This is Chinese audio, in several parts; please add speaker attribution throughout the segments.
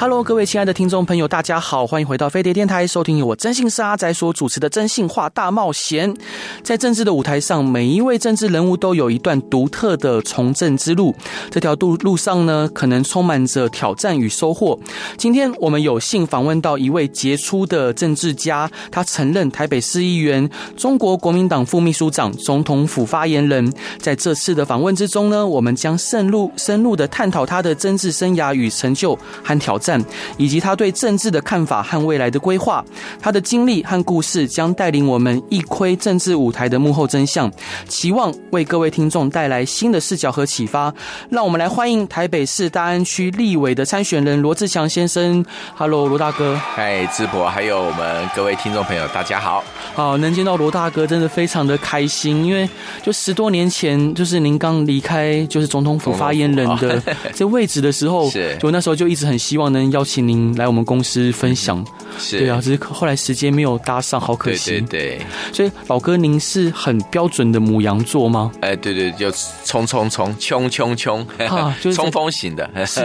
Speaker 1: Hello，各位亲爱的听众朋友，大家好，欢迎回到飞碟电台，收听由我真性是阿仔所主持的《真性话大冒险》。在政治的舞台上，每一位政治人物都有一段独特的从政之路。这条路路上呢，可能充满着挑战与收获。今天我们有幸访问到一位杰出的政治家，他曾任台北市议员、中国国民党副秘书长、总统府发言人。在这次的访问之中呢，我们将深入深入的探讨他的政治生涯与成就和挑战，以及他对政治的看法和未来的规划。他的经历和故事将带领我们一窥政治舞台的幕后真相，期望为各位听众带来新的视角和启发。让我们来欢迎台北市大安区立委的参选人罗志强先生。Hello，罗大哥，
Speaker 2: 嗨，智博，还有我们各位听众朋友，大家好。
Speaker 1: 好，哦能见到罗大哥真的非常的开心，因为就十多年前，就是您刚离开就是总统府发言人的 这位置的时候，
Speaker 2: 哦是
Speaker 1: 就那时候就一直很希望能邀请您来我们公司分享。
Speaker 2: 是，
Speaker 1: 对啊，，只是后来时间没有搭上，好可
Speaker 2: 对
Speaker 1: 惜。
Speaker 2: 对对，
Speaker 1: 所以老哥，您是很标准的母羊座 吗？
Speaker 2: 哎，对对，就冲冲冲，冲冲冲
Speaker 1: 啊就，是
Speaker 2: 冲锋型的，
Speaker 1: 是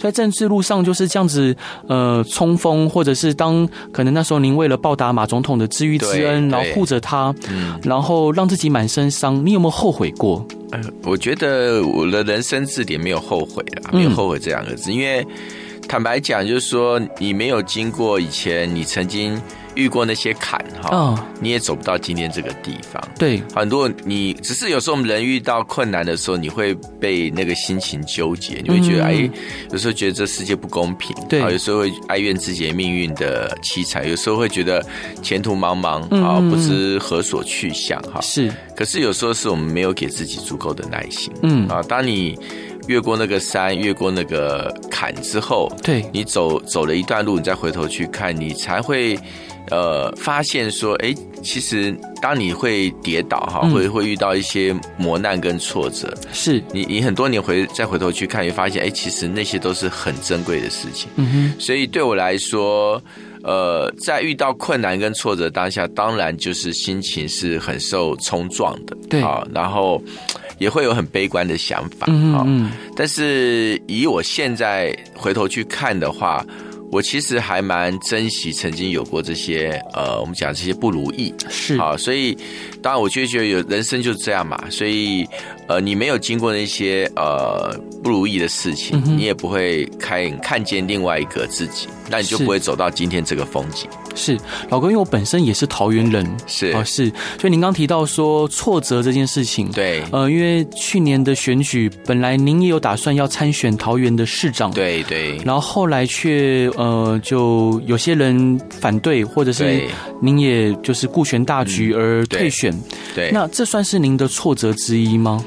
Speaker 1: 在政治路上就是这样子，呃，冲锋，或者是当可能那时候您为了报答马总统的知遇之
Speaker 2: 对
Speaker 1: 恩，然后
Speaker 2: 对
Speaker 1: 护着他，
Speaker 2: 嗯，
Speaker 1: 然后让自己满身伤，你有没有后悔过？
Speaker 2: 呃我觉得我的人生字典没有后悔啦，没有
Speaker 1: 嗯
Speaker 2: 后悔这两个字，因为坦白讲，就是说你没有经过以前你曾经遇过那些坎哈
Speaker 1: 啊，
Speaker 2: 你也走不到今天这个地方。
Speaker 1: 对，
Speaker 2: 很多你只是有时候我们人遇到困难的时候，你会被那个心情纠结，你会觉
Speaker 1: 嗯
Speaker 2: 得哎，有时候觉得这世界不公平，
Speaker 1: 对
Speaker 2: 啊有时候会哀怨自己的命运的凄惨，有时候会觉得前途茫茫
Speaker 1: 嗯
Speaker 2: 啊，
Speaker 1: 嗯
Speaker 2: 不知何所去向哈。
Speaker 1: 是，
Speaker 2: 可是有时候是我们没有给自己足够的耐心
Speaker 1: 嗯，
Speaker 2: 啊，当你越过那个山，越过那个坎之后，
Speaker 1: 对，
Speaker 2: 你走走了一段路，你再回头去看，你才会呃发现说，哎，其实当你会跌倒哈，
Speaker 1: 嗯
Speaker 2: 会会遇到一些磨难跟挫折，
Speaker 1: 是，
Speaker 2: 你你很多年回再回头去看，你会发现，哎，其实那些都是很珍贵的事情。
Speaker 1: 嗯
Speaker 2: 所以对我来说，呃，在遇到困难跟挫折当下，当然就是心情是很受冲撞的，
Speaker 1: 对
Speaker 2: 啊，然后也会有很悲观的想法，
Speaker 1: 哼，嗯
Speaker 2: 啊
Speaker 1: 哼嗯，
Speaker 2: 但是以我现在回头去看的话，我其实还蛮珍惜曾经有过这些呃，我们讲这些不如意。
Speaker 1: 是，
Speaker 2: 啊，所以当然我就觉得有人生就这样嘛，所以呃，你没有经过那些呃不如意的事情
Speaker 1: 嗯，哼
Speaker 2: 你也不会看看见另外一个自己，那你就是不会走到今天这个风景。
Speaker 1: 是，老哥，因为我本身也是桃园人，
Speaker 2: 是，
Speaker 1: 哦，是，所以您刚提到说挫折这件事情，。
Speaker 2: 对，
Speaker 1: 呃，因为去年的选举，本来您也有打算要参选桃园的市长，
Speaker 2: 对对
Speaker 1: 然后后来却呃，就有些人反对，或者是
Speaker 2: 对嗯
Speaker 1: 您也就是顾全大局而退选，
Speaker 2: 对。
Speaker 1: 那这算是您的挫折之一吗？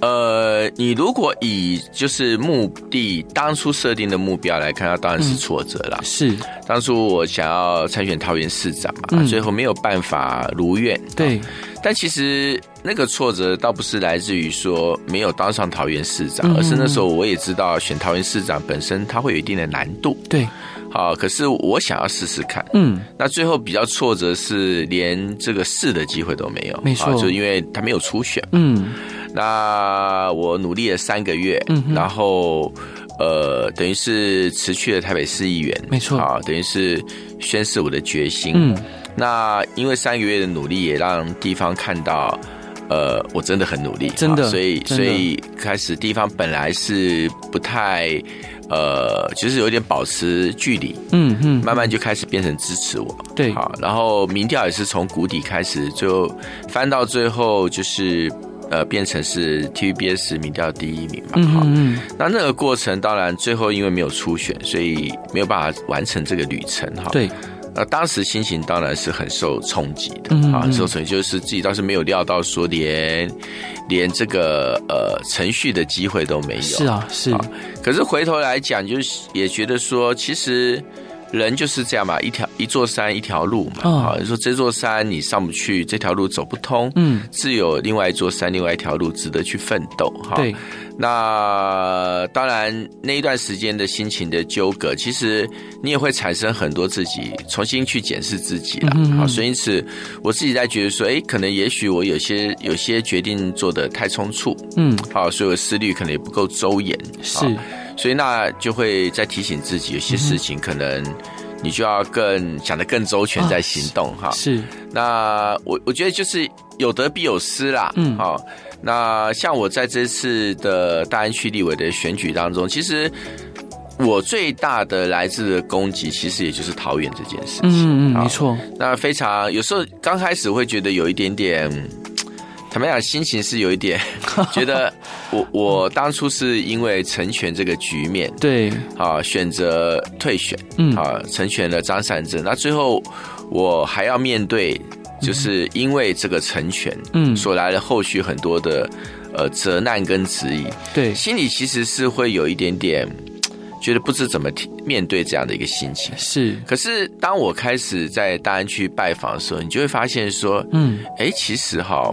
Speaker 2: 呃，你如果以就是目的当初设定的目标来看，它当然是挫折啦。
Speaker 1: 是
Speaker 2: 当初我想要参选桃园市长嘛，
Speaker 1: 嗯
Speaker 2: 最后没有办法如愿。啊
Speaker 1: 对，
Speaker 2: 但其实那个挫折倒不是来自于说没有当上桃园市
Speaker 1: 嗯
Speaker 2: 长，
Speaker 1: 嗯
Speaker 2: 而是那时候我也知道选桃园市长本身它会有一定的难度。
Speaker 1: 对，
Speaker 2: 好、可是我想要试试看。
Speaker 1: 嗯，
Speaker 2: 那最后比较挫折是连这个试的机会都没有，
Speaker 1: 没错
Speaker 2: 啊就因为他没有初选。
Speaker 1: 嗯，
Speaker 2: 那我努力了三个月，
Speaker 1: 嗯哼
Speaker 2: 然后呃，等于是辞去了台北市议员，
Speaker 1: 没错
Speaker 2: 啊，等于是宣示我的决心。
Speaker 1: 嗯，
Speaker 2: 那因为三个月的努力，也让地方看到。呃，我真的很努力，
Speaker 1: 真的
Speaker 2: 啊所以
Speaker 1: 真的
Speaker 2: 所以开始地方本来是不太，呃，就是有点保持距离，
Speaker 1: 嗯嗯，
Speaker 2: 慢慢就开始变成支持我，
Speaker 1: 对，
Speaker 2: 好，然后民调也是从谷底开始，最后翻到最后就是呃变成是 TVBS 民调第一名嘛。
Speaker 1: 嗯
Speaker 2: 好，
Speaker 1: 嗯嗯，
Speaker 2: 那那个过程当然最后因为没有初选，所以没有办法完成这个旅程哈。，
Speaker 1: 对，
Speaker 2: 那当时心情当然是很受冲击的
Speaker 1: 嗯嗯
Speaker 2: 啊，
Speaker 1: 嗯
Speaker 2: 很受冲击，就是自己倒是没有料到说连连这个呃程序的机会都没有。
Speaker 1: 是啊，是，
Speaker 2: 好可是回头来讲，就是也觉得说，其实人就是这样嘛，一条一座山一条路嘛。
Speaker 1: 嗯
Speaker 2: 啊、你说这座山你上不去，这条路走不通，
Speaker 1: 嗯，
Speaker 2: 自有另外一座山，另外一条路值得去奋斗哈。
Speaker 1: 对，
Speaker 2: 那当然那一段时间的心情的纠葛，其实你也会产生很多自己重新去检视自己啦。
Speaker 1: 嗯嗯嗯
Speaker 2: 好，所以因此我自己在觉得说，哎，可能也许我有些有些决定做的太匆促，
Speaker 1: 嗯，
Speaker 2: 好，所以我思虑可能也不够周延，
Speaker 1: 是，
Speaker 2: 所以那就会再提醒自己，有些事情可能你就要更想得更周全
Speaker 1: 啊
Speaker 2: 再行动哈。
Speaker 1: 是，
Speaker 2: 那我我觉得就是有得必有失啦，
Speaker 1: 嗯
Speaker 2: 好、那像我在这次的大安区立委的选举当中，其实我最大的来自的攻击，其实也就是桃园这件事情。
Speaker 1: 嗯嗯，
Speaker 2: 好
Speaker 1: 没错，
Speaker 2: 那非常有时候刚开始会觉得有一点点，嗯坦白讲，心情是有一点觉得我我当初是因为成全这个局面
Speaker 1: 对，
Speaker 2: 啊，选择退选。
Speaker 1: 嗯，
Speaker 2: 啊，成全了张善政。那最后我还要面对，就是因为这个成全，
Speaker 1: 嗯，
Speaker 2: 所来的后续很多的呃责难跟质疑，
Speaker 1: 对，
Speaker 2: 心里其实是会有一点点觉得不知怎么提面对这样的一个心情。
Speaker 1: 是，
Speaker 2: 可是当我开始在大安区拜访的时候，你就会发现说，
Speaker 1: 嗯，
Speaker 2: 哎，其实哈。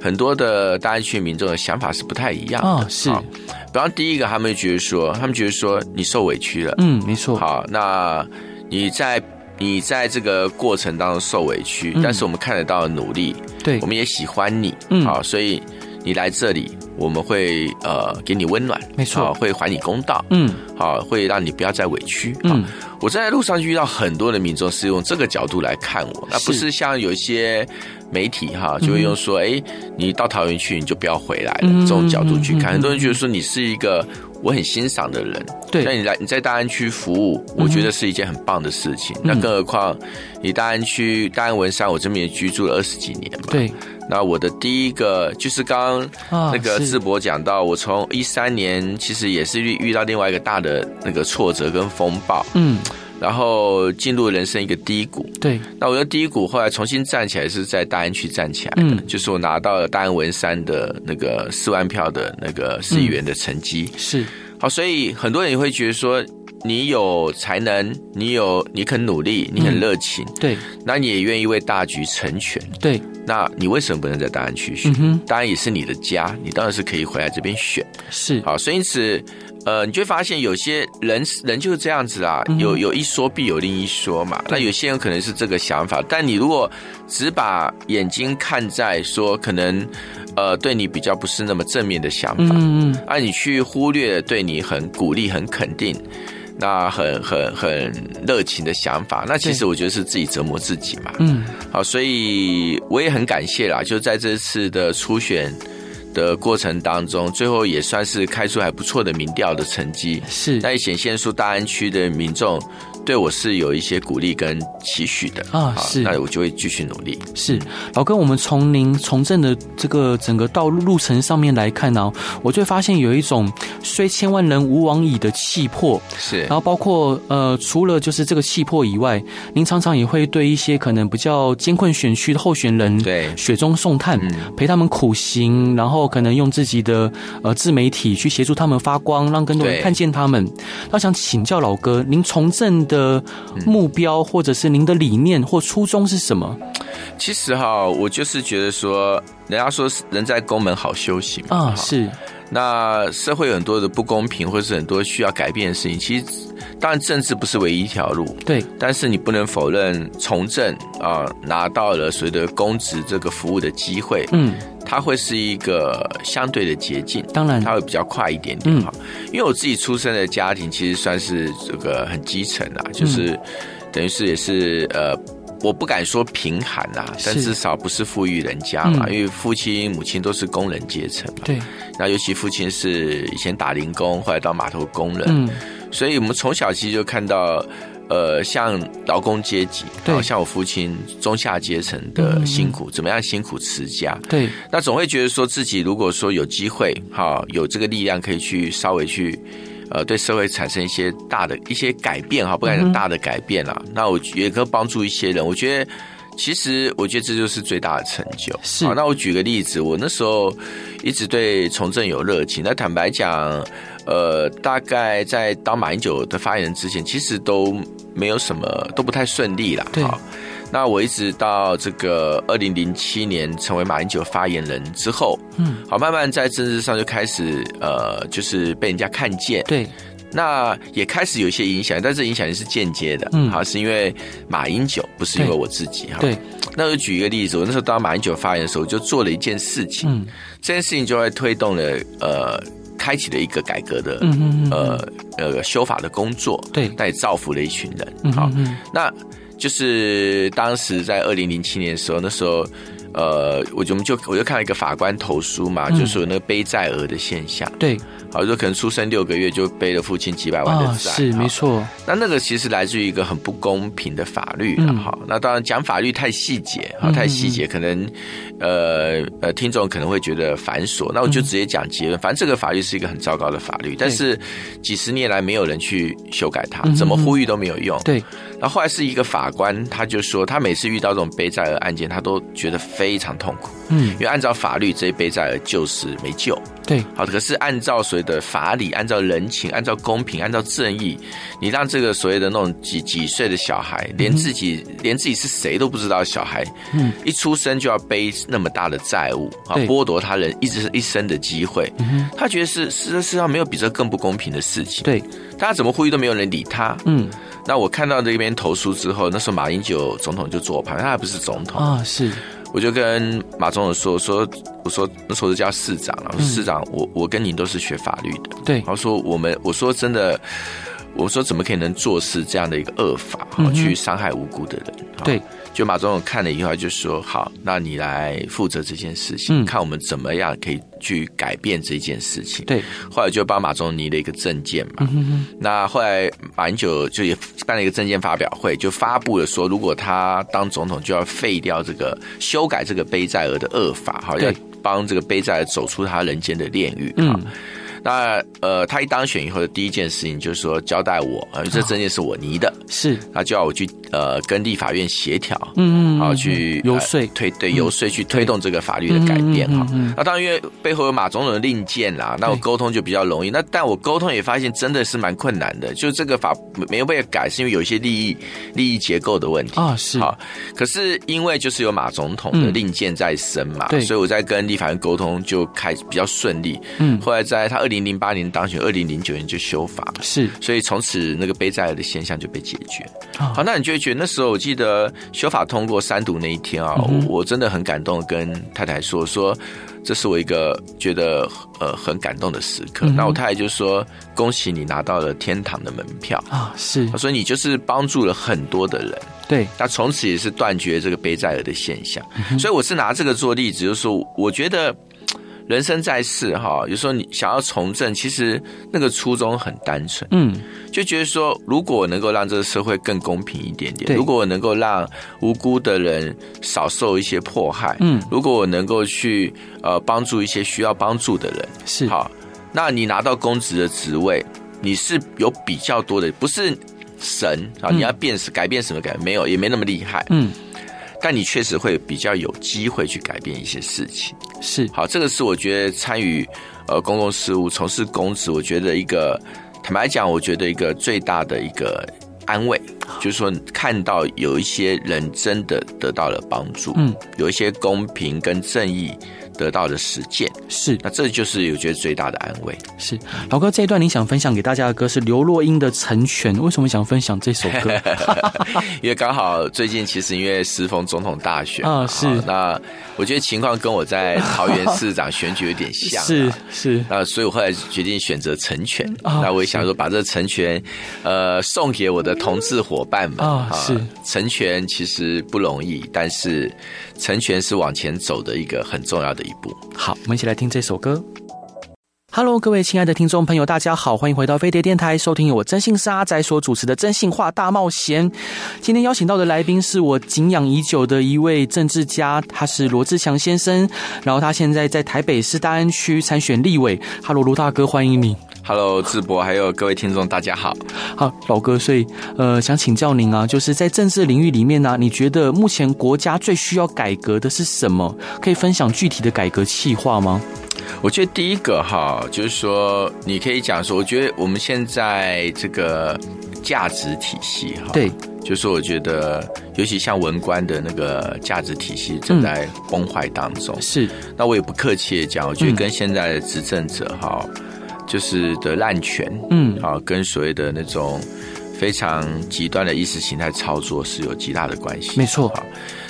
Speaker 2: 很多的大安区民众的想法是不太一样的。
Speaker 1: 哦，是，
Speaker 2: 好比方第一个，他们觉得说，他们觉得说你受委屈了，
Speaker 1: 嗯，没错，
Speaker 2: 好，那你在你在这个过程当中受委屈，
Speaker 1: 嗯
Speaker 2: 但是我们看得到的努力，
Speaker 1: 对
Speaker 2: 我，们也喜欢你，
Speaker 1: 嗯
Speaker 2: 好，所以你来这里，我们会呃给你温暖，
Speaker 1: 没错
Speaker 2: 好会还你公道，
Speaker 1: 嗯
Speaker 2: 好，会让你不要再委屈。好
Speaker 1: 嗯，
Speaker 2: 我在路上遇到很多的民众是用这个角度来看我，那不
Speaker 1: 是
Speaker 2: 是像有一些媒体哈，就会用说，哎、你到桃园去你就不要回来了、
Speaker 1: 嗯
Speaker 2: 这种角度去
Speaker 1: 嗯嗯
Speaker 2: 看，
Speaker 1: 嗯
Speaker 2: 很多人觉得说你是一个我很欣赏的人，那
Speaker 1: 对，
Speaker 2: 你来你在大安区服务，我觉得是一件很棒的事情。
Speaker 1: 嗯
Speaker 2: 那更何况你大安区大安文山，我这边也居住了二十几年嘛。
Speaker 1: 对，
Speaker 2: 那我的第一个就是刚刚
Speaker 1: 啊，
Speaker 2: 那个
Speaker 1: 是
Speaker 2: 智博讲到，我从一三年其实也是遇遇到另外一个大的那个挫折跟风暴，
Speaker 1: 嗯，
Speaker 2: 然后进入人生一个低谷。
Speaker 1: 对，
Speaker 2: 那我的低谷后来重新站起来是在大安区站起来的，
Speaker 1: 嗯
Speaker 2: 就是我拿到了大安文山的那个四万票的那个市议员的成绩。
Speaker 1: 是，
Speaker 2: 好，所以很多人也会觉得说，你有才能，你有你肯努力，你
Speaker 1: 嗯
Speaker 2: 很热情，
Speaker 1: 对，
Speaker 2: 那你也愿意为大局成全，
Speaker 1: 对，
Speaker 2: 那你为什么不能在大安区选
Speaker 1: 嗯？哼，
Speaker 2: 当然也是你的家，你当然是可以回来这边选。
Speaker 1: 是，
Speaker 2: 好，所以因此，呃，你就会发现有些人人就是这样子啊
Speaker 1: 嗯，
Speaker 2: 有有一说必有另一说嘛。那有些人可能是这个想法，但你如果只把眼睛看在说可能，呃，对你比较不是那么正面的想法，
Speaker 1: 嗯嗯，
Speaker 2: 啊，你去忽略对你很鼓励、很肯定、那很很很热情的想法，那其实
Speaker 1: 对
Speaker 2: 我觉得是自己折磨自己嘛。
Speaker 1: 嗯，
Speaker 2: 好，所以我也很感谢啦，就在这次的初选的过程当中，最后也算是开出还不错的民调的成绩，
Speaker 1: 是，
Speaker 2: 那也显现出大安区的民众对我是有一些鼓励跟期许的
Speaker 1: 啊
Speaker 2: 好
Speaker 1: 是
Speaker 2: 那我就会继续努力。
Speaker 1: 是，老哥，我们从您从政的这个整个道路路程上面来看呢、我就会发现有一种虽千万人吾往矣的气魄。
Speaker 2: 是
Speaker 1: 然，后包括呃，除了就是这个气魄以外，您常常也会对一些可能比较艰困选区的候选人，
Speaker 2: 对
Speaker 1: 雪中送炭，
Speaker 2: 嗯
Speaker 1: 陪他们苦行，然后可能用自己的呃自媒体去协助他们发光，让更多人
Speaker 2: 对
Speaker 1: 看见他们。那想请教老哥，您从政的目标或者是您的理念或初衷是什么？
Speaker 2: 其实哈，我就是觉得说，人家说是人在宫门好修行嘛，
Speaker 1: 啊，
Speaker 2: 哈
Speaker 1: 是，
Speaker 2: 那社会有很多的不公平，或是很多需要改变的事情。其实，当然政治不是唯一一条路，
Speaker 1: 对，
Speaker 2: 但是你不能否认从政啊、拿到了所谓的公职这个服务的机会，
Speaker 1: 嗯，
Speaker 2: 它会是一个相对的捷径。
Speaker 1: 当然，
Speaker 2: 它会比较快一点
Speaker 1: 嗯
Speaker 2: 点哈，因为我自己出生的家庭其实算是这个很基层啊，
Speaker 1: 嗯
Speaker 2: 就是等于是也是呃，我不敢说贫寒啊，但
Speaker 1: 是
Speaker 2: 至少不是富裕人家嘛，
Speaker 1: 嗯
Speaker 2: 因为父亲母亲都是工人阶层嘛，
Speaker 1: 对，
Speaker 2: 那尤其父亲是以前打零工，后来到码头工人，
Speaker 1: 嗯，
Speaker 2: 所以我们从小其实就看到，呃，像劳工阶级，
Speaker 1: 对嗯
Speaker 2: 然后像我父亲中下阶层的辛苦，怎么样辛苦持家，
Speaker 1: 对，
Speaker 2: 那总会觉得说自己如果说有机会，哈，有这个力量可以去稍微去。呃，对社会产生一些
Speaker 1: 嗯
Speaker 2: 大的一些改变哈，不敢讲大的改变啦。那我也可以帮助一些人。我觉得其实我觉得这就是最大的成就。
Speaker 1: 是
Speaker 2: 好，那我举个例子，我那时候一直对从政有热情。那坦白讲，呃，大概在当马英九的发言人之前，其实都没有什么，都不太顺利啦。
Speaker 1: 对
Speaker 2: 好那我一直到这个二零零七年成为马英九发言人之后，
Speaker 1: 嗯，
Speaker 2: 好，慢慢在政治上就开始呃，就是被人家看见。
Speaker 1: 对，
Speaker 2: 那也开始有一些影响，但是影响也是间接的，
Speaker 1: 嗯
Speaker 2: 好，是因为马英九，不是因为我自己哈。
Speaker 1: 对，
Speaker 2: 那我就举一个例子，我那时候当马英九发言的时候，我就做了一件事情，
Speaker 1: 嗯
Speaker 2: 这件事情就会推动了呃，开启了一个改革的、
Speaker 1: 嗯嗯嗯，
Speaker 2: 呃呃修法的工作，
Speaker 1: 对
Speaker 2: 那也造福了一群人，
Speaker 1: 嗯
Speaker 2: 好，
Speaker 1: 嗯
Speaker 2: 那就是当时在二零零七年的时候，那时候。呃，我就我们就我就看了一个法官投诉嘛，
Speaker 1: 嗯
Speaker 2: 就是有那个背债额的现象，
Speaker 1: 对
Speaker 2: 好，就可能出生六个月就背了父亲几百万的
Speaker 1: 啊，
Speaker 2: 债，
Speaker 1: 是
Speaker 2: 好
Speaker 1: 没错，
Speaker 2: 那那个其实来自于一个很不公平的法律了
Speaker 1: 嗯
Speaker 2: 哈、那当然讲法律太细节哈，
Speaker 1: 嗯
Speaker 2: 太细节可能呃呃听众可能会觉得繁琐。那我就直接讲结论，反正这个法律是一个很糟糕的法律，但是几十年来没有人去修改它，
Speaker 1: 嗯
Speaker 2: 怎么呼吁都没有用。
Speaker 1: 对，
Speaker 2: 然后后来是一个法官，他就说他每次遇到这种背债额案件，他都觉得非常痛苦，
Speaker 1: 嗯
Speaker 2: 因为按照法律，这些背债额就是没救。
Speaker 1: 对，
Speaker 2: 好，可是按照所谓的法理、按照人情、按照公平、按照正义，你让这个所谓的那种几几岁的小孩，连自己、连自己是谁都不知道的小孩，
Speaker 1: 嗯
Speaker 2: 一出生就要背那么大的债务啊，
Speaker 1: 对
Speaker 2: 剥夺他人一直一生的机会，
Speaker 1: 嗯哼，
Speaker 2: 他觉得是是这世上没有比这更不公平的事情。
Speaker 1: 对，
Speaker 2: 大家怎么呼吁都没有人理他。
Speaker 1: 嗯
Speaker 2: 那我看到这边投诉之后，那时候马英九总统就坐我旁边，他还不是总统，
Speaker 1: 啊是，
Speaker 2: 我就跟马总统说说，我说那时候就叫市长啊了，我说
Speaker 1: 嗯
Speaker 2: 市长，我我跟你都是学法律的。
Speaker 1: 对
Speaker 2: 然，后说我们，我说真的，我说怎么可以能坐视这样的一个恶法，
Speaker 1: 嗯
Speaker 2: 好
Speaker 1: 哼
Speaker 2: 去伤害无辜的人？好
Speaker 1: 对，
Speaker 2: 就马总统看了以后他就说：“好，那你来负责这件事
Speaker 1: 嗯
Speaker 2: 情，看我们怎么样可以去改变这件事情。”，
Speaker 1: 对，
Speaker 2: 后来就帮马总统拟了一个证件嘛。
Speaker 1: 嗯哼哼，
Speaker 2: 那后来马英九就也办了一个证件发表会，就发布了说，如果他当总统，就要废掉这个修改这个背债额的恶法，哈，
Speaker 1: 对
Speaker 2: 要帮这个背债额走出他人间的炼狱。哈
Speaker 1: 嗯，
Speaker 2: 那呃，他一当选以后的第一件事情就是说交代我，呃，这证件是我拟的，
Speaker 1: 是，
Speaker 2: 他就要我去呃跟立法院协调，
Speaker 1: 嗯嗯，
Speaker 2: 好
Speaker 1: 嗯
Speaker 2: 去
Speaker 1: 游
Speaker 2: 呃
Speaker 1: 说
Speaker 2: 推对
Speaker 1: 嗯
Speaker 2: 游说去推动这个法律的改变
Speaker 1: 嗯嗯嗯
Speaker 2: 哈
Speaker 1: 嗯嗯。
Speaker 2: 那当然，因为背后有马总统的令箭啦，那我
Speaker 1: 对
Speaker 2: 沟通就比较容易。那但我沟通也发现真的是蛮困难的，就这个法没没有被改，是因为有一些利益利益结构的问题。
Speaker 1: 啊是，
Speaker 2: 好，可是因为就是有马总统的
Speaker 1: 嗯
Speaker 2: 令箭在身嘛，
Speaker 1: 对
Speaker 2: 所以我在跟立法院沟通就开比较顺利。
Speaker 1: 嗯
Speaker 2: 后来在他二零零八年当选，二零零九年就修法了，
Speaker 1: 是
Speaker 2: 所以从此那个背债的现象就被解决。
Speaker 1: 啊
Speaker 2: 好，那你就会觉得那时候，我记得修法通过三读那一天啊，
Speaker 1: 嗯哼
Speaker 2: 我我真的很感动，跟太太说说，这是我一个觉得呃很感动的时刻。
Speaker 1: 嗯哼
Speaker 2: 那我太太就说：“恭喜你拿到了天堂的门票。”
Speaker 1: 啊是
Speaker 2: 她，说：“你就是帮助了很多的人。”
Speaker 1: 对，
Speaker 2: 那从此也是断绝这个背债额的现象。
Speaker 1: 嗯
Speaker 2: 所以我是拿这个做例子，就是说，我觉得嘖人生在世哈，有时候你想要从政，其实那个初衷很单纯，
Speaker 1: 嗯
Speaker 2: 就觉得说，如果我能够让这个社会更公平一点点，
Speaker 1: 对
Speaker 2: 如果我能够让无辜的人少受一些迫害，
Speaker 1: 嗯
Speaker 2: 如果我能够去呃帮助一些需要帮助的人，
Speaker 1: 是，
Speaker 2: 好，那你拿到公职的职位，你是有比较多的，不是神啊，
Speaker 1: 嗯
Speaker 2: 你要变是改变什么改变没有，也没那么厉害，
Speaker 1: 嗯
Speaker 2: 但你确实会比较有机会去改变一些事情。
Speaker 1: 是
Speaker 2: 好，这个是我觉得参与呃公共事务、从事公职，我觉得一个坦白讲，我觉得一个最大的一个安慰，就是说看到有一些人真的得到了帮助，
Speaker 1: 嗯，
Speaker 2: 有一些公平跟正义得到了实践，
Speaker 1: 是
Speaker 2: 那这就是我觉得最大的安慰。
Speaker 1: 是，老哥这一段你想分享给大家的歌是刘若英的《成全》，为什么想分享这首 歌？
Speaker 2: 因为刚好最近其实因为时逢总统大选
Speaker 1: 啊
Speaker 2: 嘛
Speaker 1: 是
Speaker 2: 好那我觉得情况跟我在桃园市长选举有点像、啊，
Speaker 1: 是是
Speaker 2: 那所以我后来决定选择成全。
Speaker 1: 啊
Speaker 2: 那我也想说，把这个成全，呃，送给我的同志伙伴们
Speaker 1: 啊是
Speaker 2: 成全其实不容易，但是成全是往前走的一个很重要的一步。
Speaker 1: 好，我们一起来听这首歌。Hello，各位亲爱的听众朋友，大家好，欢迎回到飞碟电台，收听由我真性沙仔所主持的《真性话大冒险》。今天邀请到的来宾是我敬仰已久的一位政治家，他是罗志祥先生，然后他现在在台北市大安区参选立委。Hello，罗大哥，欢迎你。
Speaker 2: Hello，智博，还有各位听众，大家好。
Speaker 1: 好，老哥，所以呃，想请教您啊，就是在政治领域里面呢、你觉得目前国家最需要改革的是什么？可以分享具体的改革计划吗？
Speaker 2: 我觉得第一个哈，就是说，你可以讲说，我觉得我们现在这个价值体系哈，，
Speaker 1: 对，
Speaker 2: 就是我觉得，尤其像文官的那个价值体系正
Speaker 1: 嗯
Speaker 2: 在崩坏当中。
Speaker 1: 是，
Speaker 2: 那我也不客气的讲，我觉得
Speaker 1: 嗯
Speaker 2: 跟现在的执政者哈，就是的滥权，
Speaker 1: 嗯，
Speaker 2: 啊，跟所谓的那种非常极端的意识形态操作是有极大的关系。
Speaker 1: 没错
Speaker 2: 好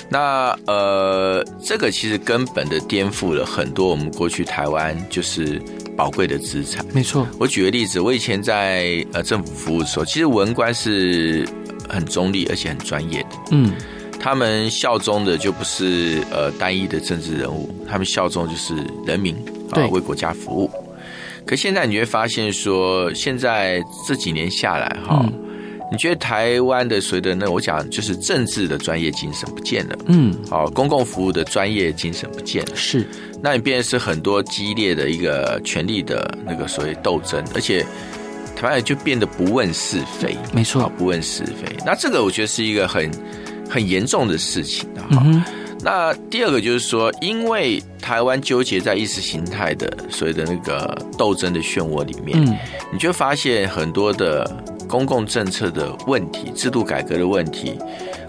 Speaker 2: 那呃，这个其实根本的颠覆了很多我们过去台湾就是宝贵的资产。
Speaker 1: 没错，
Speaker 2: 我举个例子，我以前在呃政府服务的时候，其实文官是很中立而且很专业的，
Speaker 1: 嗯，
Speaker 2: 他们效忠的就不是呃单一的政治人物，他们效忠就是人民啊
Speaker 1: 对，
Speaker 2: 为国家服务。可现在你会发现说，现在这几年下来哈。
Speaker 1: 嗯
Speaker 2: 你觉得台湾的随着那我讲就是政治的专业精神不见了，
Speaker 1: 嗯，
Speaker 2: 哦，公共服务的专业精神不见了，
Speaker 1: 是，
Speaker 2: 那你变成是很多激烈的一个权力的那个所谓斗争，而且台湾人就变得不问是非，
Speaker 1: 没错
Speaker 2: 啊，不问是非。那这个我觉得是一个很很严重的事情啊。哈
Speaker 1: 嗯哼，
Speaker 2: 那第二个就是说，因为台湾纠结在意识形态的所谓的那个斗争的漩涡里面，
Speaker 1: 嗯，
Speaker 2: 你就会发现很多的公共政策的问题、制度改革的问题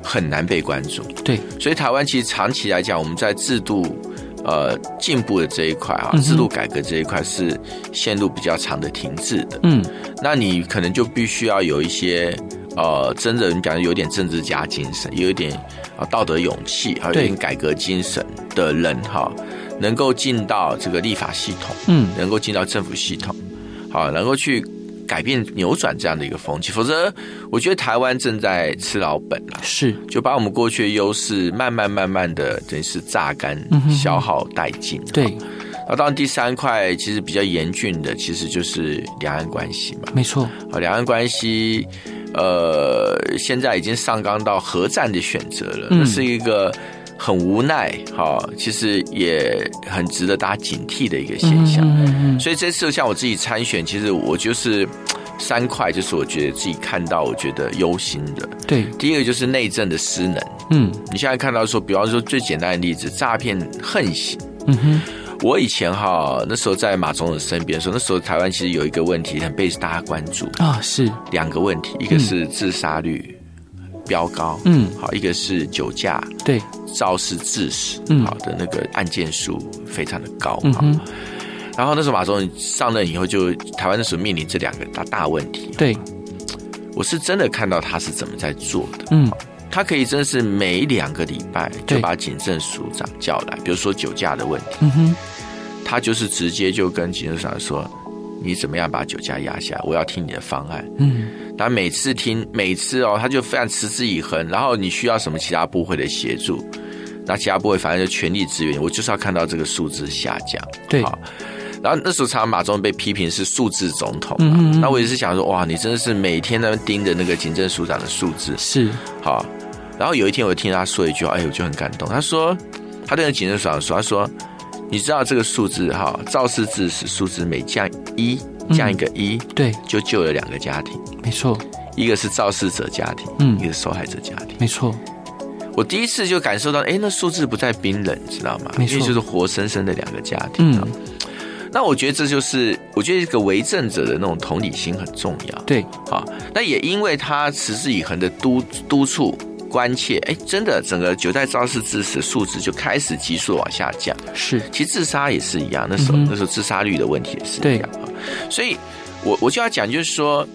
Speaker 2: 很难被关注。
Speaker 1: 对，
Speaker 2: 所以台湾其实长期来讲，我们在制度呃进步的这一块啊
Speaker 1: 嗯，哼
Speaker 2: 制度改革这一块是陷入比较长的停滞的。
Speaker 1: 嗯，
Speaker 2: 那你可能就必须要有一些呃，真的你讲有点政治家精神，有一点啊道德勇气，还有
Speaker 1: 对
Speaker 2: 一点改革精神的人哈，能够进到这个立法系统。
Speaker 1: 嗯，
Speaker 2: 能够进到政府系统，好，能够去改变、扭转这样的一个风气。否则，我觉得台湾正在吃老本了，
Speaker 1: 是，
Speaker 2: 就把我们过去的优势慢慢、慢慢的等于是榨干
Speaker 1: 嗯哼、哼
Speaker 2: 消耗殆尽。
Speaker 1: 对，
Speaker 2: 那当然，第三块其实比较严峻的，其实就是两岸关系嘛。
Speaker 1: 没错，
Speaker 2: 好，两岸关系，呃，现在已经上纲到核战的选择了，
Speaker 1: 嗯
Speaker 2: 那是一个很无奈，哈、其实也很值得大家警惕的一个现象。
Speaker 1: 嗯嗯嗯
Speaker 2: 所以这次像我自己参选，其实我就是嘖三块，就是我觉得自己看到我觉得忧心的。
Speaker 1: 嗯，对，
Speaker 2: 第一个就是内政的失能，
Speaker 1: 嗯，
Speaker 2: 你现在看到说，比方说最简单的例子，诈骗横行。
Speaker 1: 嗯哼，
Speaker 2: 我以前哈那时候在马总统身边的时候，那时候台湾其实有一个问题很被大家关注，
Speaker 1: 啊，是，
Speaker 2: 两个问题，一个是自杀率飙高，
Speaker 1: 嗯，
Speaker 2: 好，一个是酒驾
Speaker 1: 对，
Speaker 2: 肇事致死，
Speaker 1: 嗯
Speaker 2: 好的那个案件数非常的高，
Speaker 1: 嗯
Speaker 2: 好
Speaker 1: 哼，
Speaker 2: 然后那时候马总统上任以后就，台湾那时候面临这两个大大问题，
Speaker 1: 对，
Speaker 2: 我是真的看到他是怎么在做的。
Speaker 1: 嗯，
Speaker 2: 他可以真是每两个礼拜
Speaker 1: 对
Speaker 2: 就把警政署长叫来，比如说酒驾的问题，
Speaker 1: 嗯哼，
Speaker 2: 他就是直接就跟警政署长说：“你怎么样把酒驾压下？我要听你的方案。
Speaker 1: 嗯，”
Speaker 2: 然后每次听，每次哦，他就非常持之以恒。然后你需要什么其他部会的协助，那其他部会反正就全力支援。我就是要看到这个数字下降。
Speaker 1: 对，
Speaker 2: 好然后那时候常常马总统被批评是数字总统嘛，
Speaker 1: 嗯嗯嗯
Speaker 2: 那我也是想说，哇，你真的是每天在那边盯着那个警政署长的数字，
Speaker 1: 是，
Speaker 2: 好。然后有一天我听他说一句话，哎，我就很感动。他说，他对那个警政署长说，他说，你知道这个数字哈，肇事致死数字每降一，
Speaker 1: 嗯
Speaker 2: 降一个一、
Speaker 1: 对，
Speaker 2: 就救了两个家庭，
Speaker 1: 没错，
Speaker 2: 一个是肇事者家庭，
Speaker 1: 嗯
Speaker 2: 一个是受害者家庭。
Speaker 1: 没错，
Speaker 2: 我第一次就感受到，哎，那数字不再冰冷，知道吗？
Speaker 1: 没错
Speaker 2: 因为就是活生生的两个家庭。
Speaker 1: 嗯，
Speaker 2: 那我觉得这就是，我觉得一个为政者的那种同理心很重要
Speaker 1: 对，
Speaker 2: 啊。那也因为他持之以恒的督督促、关切，哎，真的整个九代肇事致死数值就开始急速往下降。
Speaker 1: 是，
Speaker 2: 其实自杀也是一样，那时候、
Speaker 1: 嗯哼
Speaker 2: 那时候自杀率的问题也是一样啊。所以我我就要讲，就是说，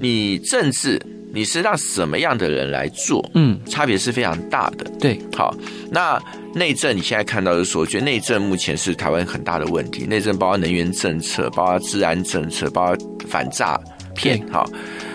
Speaker 2: 你政治你是让什么样的人来做，
Speaker 1: 嗯，
Speaker 2: 差别是非常大的。
Speaker 1: 对，
Speaker 2: 好，那内政你现在看到的是说，我觉得内政目前是台湾很大的问题，内政包括能源政策，包括治安政策，包括反诈骗，好。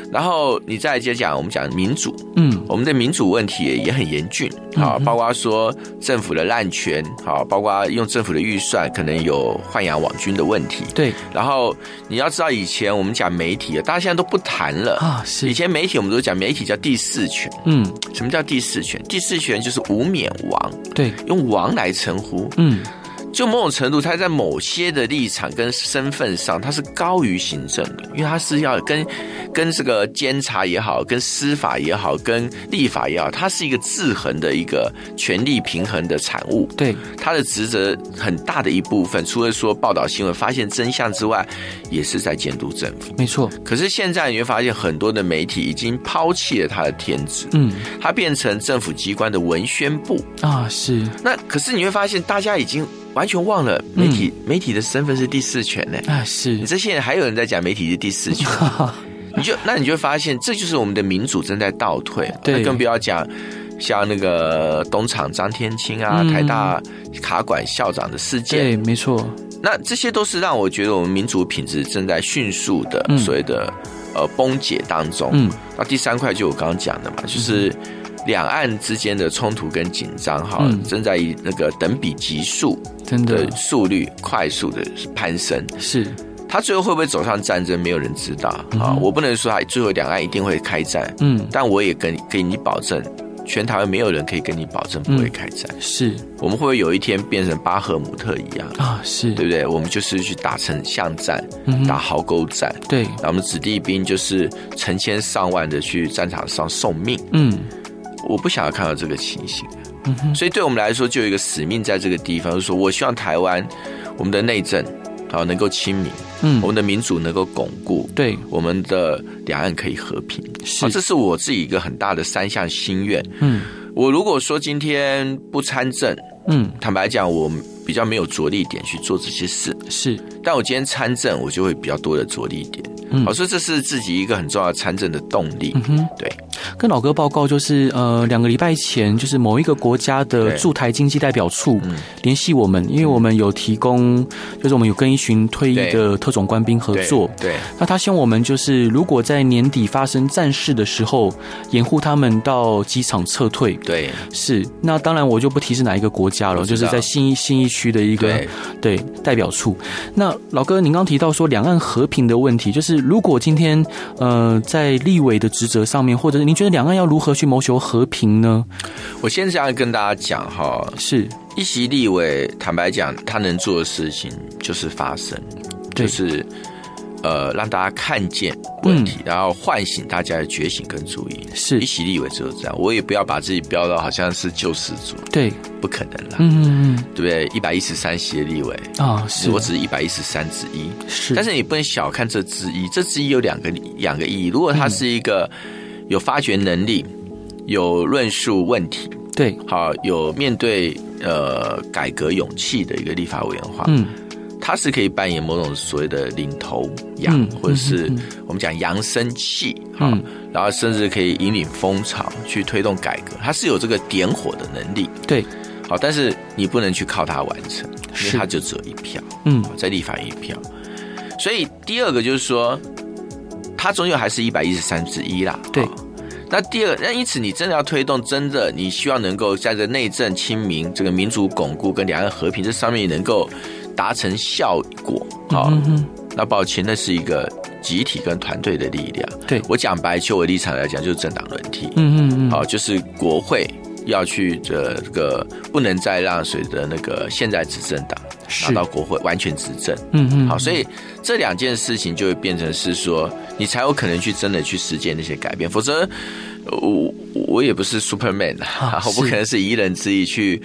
Speaker 2: 然后你再接着讲，我们讲民主，
Speaker 1: 嗯，
Speaker 2: 我们的民主问题也也很严峻啊，包括说政府的滥权，好，包括用政府的预算可能有豢养网军的问题。
Speaker 1: 对，
Speaker 2: 然后你要知道，以前我们讲媒体，啊大家现在都不谈了。
Speaker 1: 啊，
Speaker 2: 以
Speaker 1: 是，
Speaker 2: 前媒体我们都讲媒体叫第四权，
Speaker 1: 嗯，
Speaker 2: 什么叫第四权？第四权就是无冕王，
Speaker 1: 对，
Speaker 2: 用王来称呼，
Speaker 1: 嗯，
Speaker 2: 就某种程度，他在某些的立场跟身份上，他是高于行政的，因为他是要跟跟这个监察也好，跟司法也好，跟立法也好，它是一个制衡的一个权力平衡的产物。
Speaker 1: 对，
Speaker 2: 他的职责很大的一部分，除了说报道新闻、发现真相之外，也是在监督政府。
Speaker 1: 没错，
Speaker 2: 可是现在你会发现，很多的媒体已经抛弃了他的天职，
Speaker 1: 嗯
Speaker 2: 它变成政府机关的文宣部。
Speaker 1: 啊是，
Speaker 2: 那可是你会发现，大家已经完全忘了媒体、
Speaker 1: 嗯
Speaker 2: 媒体的身份是第四权呢、
Speaker 1: 啊
Speaker 2: 你
Speaker 1: 是，
Speaker 2: 这些人还有人在讲媒体是第 四权，你就那你就会发现，这就是我们的民主正在倒退。啊
Speaker 1: 对
Speaker 2: 那更不要讲像那个东厂张天青啊、
Speaker 1: 嗯
Speaker 2: 台大卡管校长的事 件，
Speaker 1: 对，没错，
Speaker 2: 那这些都是让我觉得我们民主品质正在迅速的
Speaker 1: 嗯
Speaker 2: 所谓的呃崩解当中。
Speaker 1: 嗯
Speaker 2: 那第三块就我刚刚讲的嘛，就是两岸之间的冲突跟紧张哈，
Speaker 1: 嗯
Speaker 2: 正在以那个等比级数
Speaker 1: 真的
Speaker 2: 的速率快速的攀升。
Speaker 1: 是，
Speaker 2: 它最后会不会走上战争，没有人知道啊。
Speaker 1: 嗯哼
Speaker 2: 我不能说它最后两岸一定会开战，
Speaker 1: 嗯
Speaker 2: 但我也跟给你保证。全台湾没有人可以跟你保证不会
Speaker 1: 嗯
Speaker 2: 开战，
Speaker 1: 是
Speaker 2: 我们会不会有一天变成巴赫姆特一样？
Speaker 1: 啊是，
Speaker 2: 对不对？我们就是去打城巷战，
Speaker 1: 嗯
Speaker 2: 打
Speaker 1: 哼
Speaker 2: 壕沟战，
Speaker 1: 对，
Speaker 2: 然后我们子弟兵就是成千上万的去战场上送命。
Speaker 1: 嗯
Speaker 2: 我不想要看到这个情形，
Speaker 1: 嗯哼
Speaker 2: 所以对我们来说，就有一个使命在这个地方，就是说我希望台湾我们的内政啊能够亲民，我
Speaker 1: 嗯
Speaker 2: 们的民主能够巩固，
Speaker 1: 对
Speaker 2: 我们的两岸可以和平。
Speaker 1: 是
Speaker 2: 啊，这是我自己一个很大的三项心愿。
Speaker 1: 嗯
Speaker 2: 我如果说今天不参政，
Speaker 1: 嗯
Speaker 2: 坦白讲，我比较没有着力点去做这些事。
Speaker 1: 是
Speaker 2: 但我今天参政，我就会比较多的着力点。
Speaker 1: 嗯
Speaker 2: 好、所以这是自己一个很重要的参政的动力。
Speaker 1: 嗯哼。
Speaker 2: 对，
Speaker 1: 跟老哥报告，就是呃，两个礼拜前，就是某一个国家的
Speaker 2: 对
Speaker 1: 驻台经济代表处
Speaker 2: 嗯
Speaker 1: 联系我们，因为我们有提供，就是我们有跟一群退役的特种官兵合
Speaker 2: 对
Speaker 1: 作。
Speaker 2: 对，
Speaker 1: 那他希望我们就是，如果在年底发生战事的时候，掩护他们到机场撤退。
Speaker 2: 对，
Speaker 1: 是，那当然我就不提是哪一个国家了，
Speaker 2: 我
Speaker 1: 就
Speaker 2: 知道
Speaker 1: 是在信义信义区的一个
Speaker 2: 对，
Speaker 1: 对代表处。那老哥，您刚提到说两岸和平的问题，就是如果今天呃在立委的职责上面，或者是您觉得两岸要如何去谋求和平呢？
Speaker 2: 我先这样跟大家讲哈，
Speaker 1: 是
Speaker 2: 一席立委，坦白讲，他能做的事情就是发声，
Speaker 1: 对
Speaker 2: 就是呃让大家看见问
Speaker 1: 嗯
Speaker 2: 题，然后唤醒大家的觉醒跟注意。
Speaker 1: 是
Speaker 2: 一，席立委只有这样，我也不要把自己标到好像是救世主，
Speaker 1: 对，
Speaker 2: 不可能啦，
Speaker 1: 嗯嗯
Speaker 2: 对不对？一百一十三席的立委，
Speaker 1: 嗯啊，是
Speaker 2: 我只是一百一十三之一，
Speaker 1: 是，
Speaker 2: 但是你不能小看这之一，这之一有两个两个意义。如果
Speaker 1: 嗯
Speaker 2: 他是一个有发掘能力、有论述问题、
Speaker 1: 对，
Speaker 2: 好有面对呃改革勇气的一个立法委员的话，
Speaker 1: 嗯
Speaker 2: 他是可以扮演某种所谓的领头羊，
Speaker 1: 嗯
Speaker 2: 或者是
Speaker 1: 嗯
Speaker 2: 我们讲扬声器，好，
Speaker 1: 嗯，
Speaker 2: 然后甚至可以引领风潮去推动改革，他是有这个点火的能力。
Speaker 1: 对，
Speaker 2: 好，但是你不能去靠他完成，因为
Speaker 1: 是
Speaker 2: 他就只有一票。
Speaker 1: 嗯
Speaker 2: 在立法院一票。所以第二个就是说，它终究还是一百一十三之一啦。
Speaker 1: 对
Speaker 2: 哦那第二，那因此你真的要推动，真的你希望能够在这内政亲民、这个民主巩固跟两岸和平这上面能够达成效果，好、
Speaker 1: 嗯嗯
Speaker 2: 那抱歉，那是一个集体跟团队的力量。
Speaker 1: 对
Speaker 2: 我讲白，就我立场来讲，就是政党轮替，
Speaker 1: 嗯嗯嗯，
Speaker 2: 好、就是国会要去这这个不能再让谁的那个现在执政党拿
Speaker 1: 是，
Speaker 2: 到国会完全执政。
Speaker 1: 嗯嗯，
Speaker 2: 好，所
Speaker 1: 以
Speaker 2: 以这两件事情就会变成是说，你才有可能去真的去实践那些改变，否则呃我我也不是 Superman 啊， 我不可
Speaker 1: 是
Speaker 2: 能是一人之力去